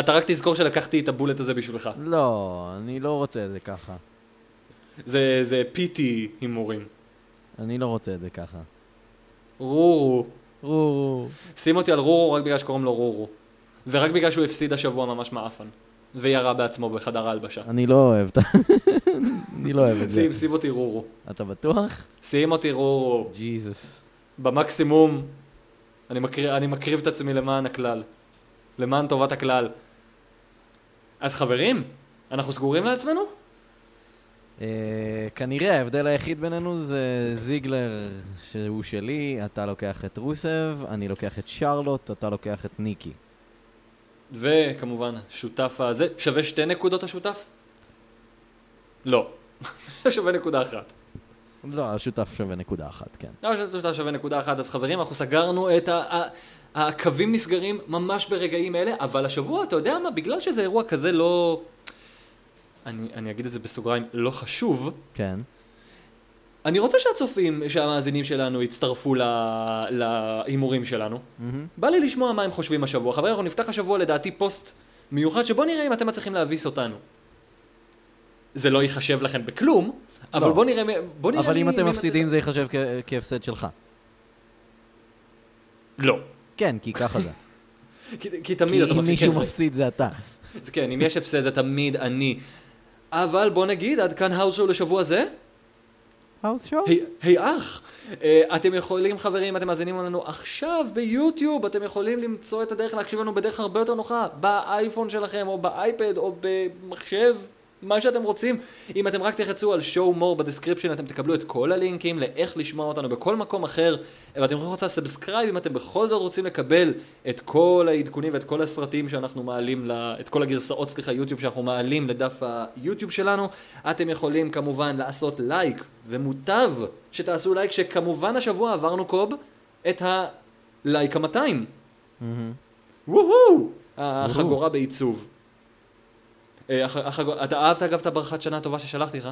אתה רק תזכור שלקחתי את הבולט הזה בשבילך. לא, אני לא רוצה את זה ככה. זה, זה פיטי הימורים. אני לא רוצה את זה ככה. רורו. רו, שים אותי על רורו רק בגלל שקוראים לו רורו. ורק בגלל שהוא הפסיד השבוע ממש מעפן. וירה בעצמו בחדר ההלבשה. אני לא אוהב את ה... אני לא אוהב את זה. שים, שים אותי רורו. אתה בטוח? שים אותי רורו. ג'יזוס. במקסימום, אני, מקר... אני מקריב את עצמי למען הכלל. למען טובת הכלל. אז חברים, אנחנו סגורים לעצמנו? אה, כנראה ההבדל היחיד בינינו זה זיגלר שהוא שלי, אתה לוקח את רוסב, אני לוקח את שרלוט, אתה לוקח את ניקי. וכמובן, שותף הזה, שווה שתי נקודות השותף? לא. שווה נקודה אחת. לא, השותף שווה נקודה אחת, כן. לא השותף שווה נקודה אחת, אז חברים, אנחנו סגרנו את ה... ה... הקווים נסגרים ממש ברגעים אלה, אבל השבוע, אתה יודע מה, בגלל שזה אירוע כזה לא... אני, אני אגיד את זה בסוגריים, לא חשוב, כן. אני רוצה שהצופים, שהמאזינים שלנו יצטרפו ל- להימורים שלנו. מהמם. בא לי לשמוע מה הם חושבים השבוע. חברים, אנחנו נפתח השבוע לדעתי פוסט מיוחד, שבוא נראה אם אתם מצליחים להביס אותנו. זה לא ייחשב לכם בכלום, אבל לא. בוא נראה... מ- בוא נראה אבל מי- אם אתם מי מפסידים מצליח- זה ייחשב כ- כהפסד שלך. לא. כן, כי ככה זה. כי, כי כי תמיד אתה אם מתחיל- מישהו כן, מפסיד זה אתה. זה כן, אם יש הפסד זה תמיד אני. אבל בוא נגיד, עד כאן האוס שואו לשבוע זה. האוס שואו? היי- היי אח, אה, אתם יכולים חברים, אתם מאזינים לנו עכשיו ביוטיוב, אתם יכולים למצוא את הדרך להקשיב לנו בדרך הרבה יותר נוחה, באייפון שלכם או באייפד או במחשב מה שאתם רוצים. אם אתם רק תחצו על show more בדסקריפשן, אתם תקבלו את כל הלינקים לאיך לשמוע אותנו בכל מקום אחר, ואתם יכולים לעשות סאבסקרייב אם אתם בכל זאת רוצים לקבל את כל העדכונים ואת כל הסרטים שאנחנו מעלים, ל... את כל הגרסאות, סליחה, יוטיוב שאנחנו מעלים לדף היוטיוב שלנו. אתם יכולים כמובן לעשות לייק, ומוטב שתעשו לייק, שכמובן השבוע עברנו קוב את הלייק ה-200. וואו! אה, החגורה בעיצוב. אה, הח- החג- אתה אהבת אגב את הברכת שנה טובה ששלחתי לך?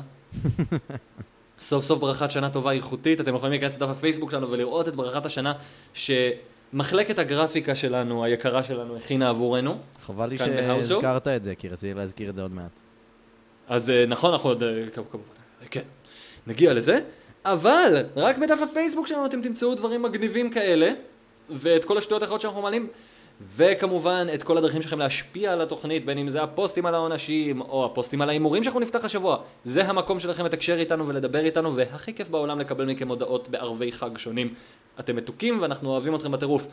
סוף סוף ברכת שנה טובה איכותית, אתם יכולים להיכנס לדף הפייסבוק שלנו ולראות את ברכת השנה שמחלקת הגרפיקה שלנו, היקרה שלנו, הכינה עבורנו. חבל לי כאן בהאוס שואו? שהזכרת את זה, כי רציתי להזכיר את זה עוד מעט. אז אה, נכון, אנחנו עוד... אה, כמ- כמובן, אה, כן, נגיע לזה, אבל רק בדף הפייסבוק שלנו אתם תמצאו דברים מגניבים כאלה, ואת כל השטויות האחרות שאנחנו מעלים, וכמובן את כל הדרכים שלכם להשפיע על התוכנית, בין אם זה הפוסטים על העונשים, או הפוסטים על ההימורים שאנחנו נפתח השבוע. זה המקום שלכם לתקשר איתנו ולדבר איתנו, והכי כיף בעולם לקבל מכם הודעות בערבי חג שונים. אתם מתוקים ואנחנו אוהבים אתכם בטירוף.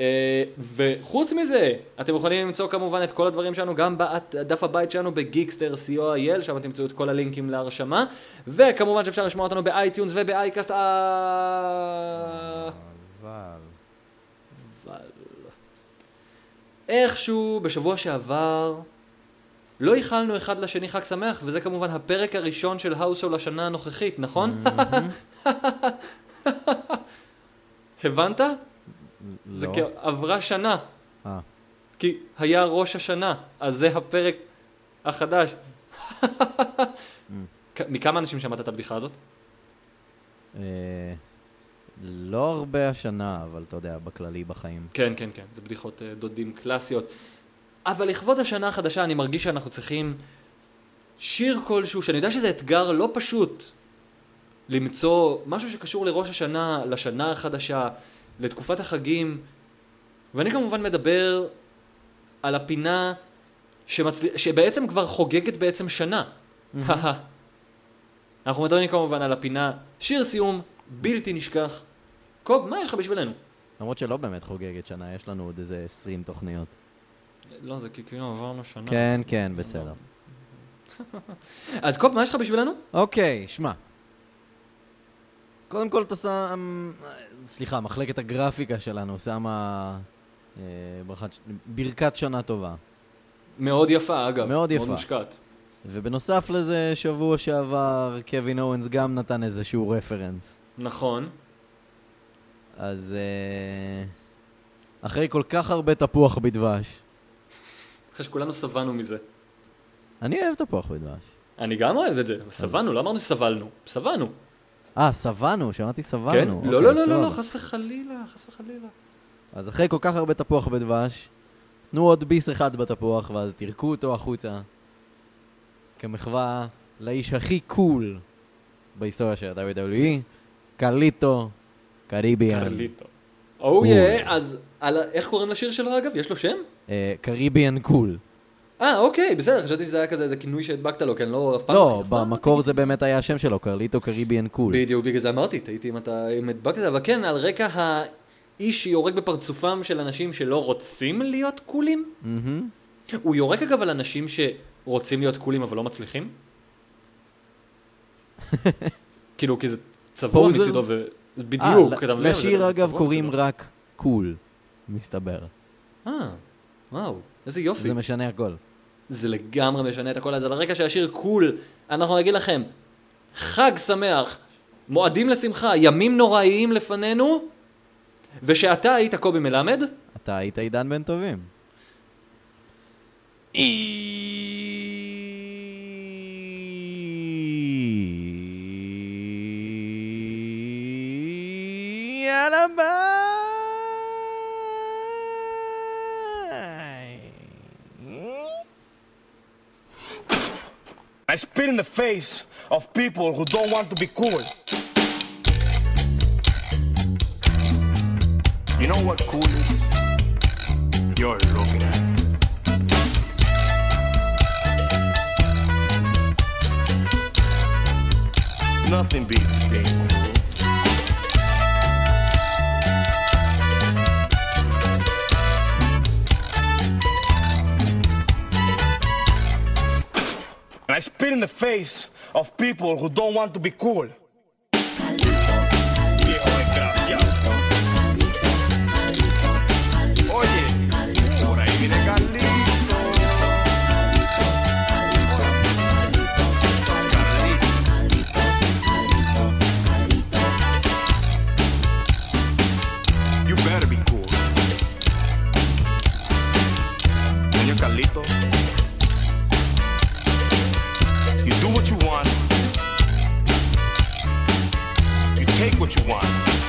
אה, וחוץ מזה, אתם יכולים למצוא כמובן את כל הדברים שלנו גם בדף הבית שלנו בגיקסטר co.il, שם אתם תמצאו את כל הלינקים להרשמה, וכמובן שאפשר לשמוע אותנו באייטיונס ובאייקאסט, אה... אבל... איכשהו בשבוע שעבר לא איחלנו אחד לשני חג שמח, וזה כמובן הפרק הראשון של האוסול השנה הנוכחית, נכון? הבנת? זה לא. כי עברה שנה. אה. כי היה ראש השנה, אז זה הפרק החדש. כ- מכמה אנשים שמעת את הבדיחה הזאת? אה, לא הרבה השנה, אבל אתה יודע, בכללי בחיים. כן, כן, כן, זה בדיחות אה, דודים קלאסיות. אבל לכבוד השנה החדשה אני מרגיש שאנחנו צריכים שיר כלשהו, שאני יודע שזה אתגר לא פשוט למצוא משהו שקשור לראש השנה, לשנה החדשה, לתקופת החגים, ואני כמובן מדבר על הפינה שמצל... שבעצם כבר חוגגת בעצם שנה. אנחנו מדברים כמובן על הפינה שיר סיום בלתי נשכח. קוב, מה יש לך בשבילנו? למרות שלא באמת חוגגת שנה, יש לנו עוד איזה 20 תוכניות. לא, זה כי כאילו עברנו שנה. כן, אז- כן, בסדר. אז קופ, מה יש לך בשבילנו? אוקיי, שמע. קודם כל אתה שם... סליחה, מחלקת הגרפיקה שלנו שמה... אה, ברכת... ש- ברכת שנה טובה. מאוד יפה, אגב. מאוד יפה. מאוד מושקעת. ובנוסף לזה, שבוע שעבר קווין אורנס גם נתן איזשהו רפרנס. נכון. אז אה, אחרי כל כך הרבה תפוח בדבש, אחרי שכולנו שבענו מזה. אני אוהב תפוח בדבש. אני גם אוהב את זה. שבענו, לא אמרנו סבלנו. שבענו. אה, שבענו, שמעתי שבענו. כן? אוקיי, לא, לא, לא, לא, סבבה. לא, חס וחלילה, חס וחלילה. אז אחרי כל כך הרבה תפוח בדבש, תנו עוד ביס אחד בתפוח ואז תירקו אותו החוצה. כמחווה לאיש הכי קול בהיסטוריה של ה-WWE, קרליטו, קריביאן. קרליטו. או יא, אז על ה- איך קוראים לשיר שלו אגב? יש לו שם? אה, קריביאן קול. אה, אוקיי, בסדר, חשבתי שזה היה כזה איזה כינוי שהדבקת לו, כי אני לא אף פעם... לא, אף פעם במקור זה באמת היה השם שלו, קרליטו קריביאן קול. בדיוק, בגלל זה אמרתי, תהיתי אם אתה אם הדבקת, את זה, אבל כן, על רקע האיש שיורק בפרצופם של אנשים שלא רוצים להיות קולים? מהמם. הוא יורק אגב על אנשים שרוצים להיות קולים אבל לא מצליחים? כאילו, כי זה צבוע Posers? מצידו ו... אה, בדיוק, ל- אתה מבין? זה- לשיר זה לא- אגב צבוע קוראים מצידו. רק קול, מסתבר. אה, וואו, איזה יופי. זה משנה הכל. זה לגמרי משנה את הכל, אז על הרקע של השיר קול, אנחנו נגיד לכם, חג שמח, מועדים לשמחה, ימים נוראיים לפנינו, ושאתה היית קובי מלמד, אתה היית עידן בן טובים. יאללה ביי! I spit in the face of people who don't want to be cool. You know what cool is? You're looking at. Nothing beats being cool. And I I spit in the face of people who don't want to be cool. Viejo desgraciado. Oye, por ahí viene Carlito. Carlito. You better be cool. Coño, Carlito. You do what you want. You take what you want.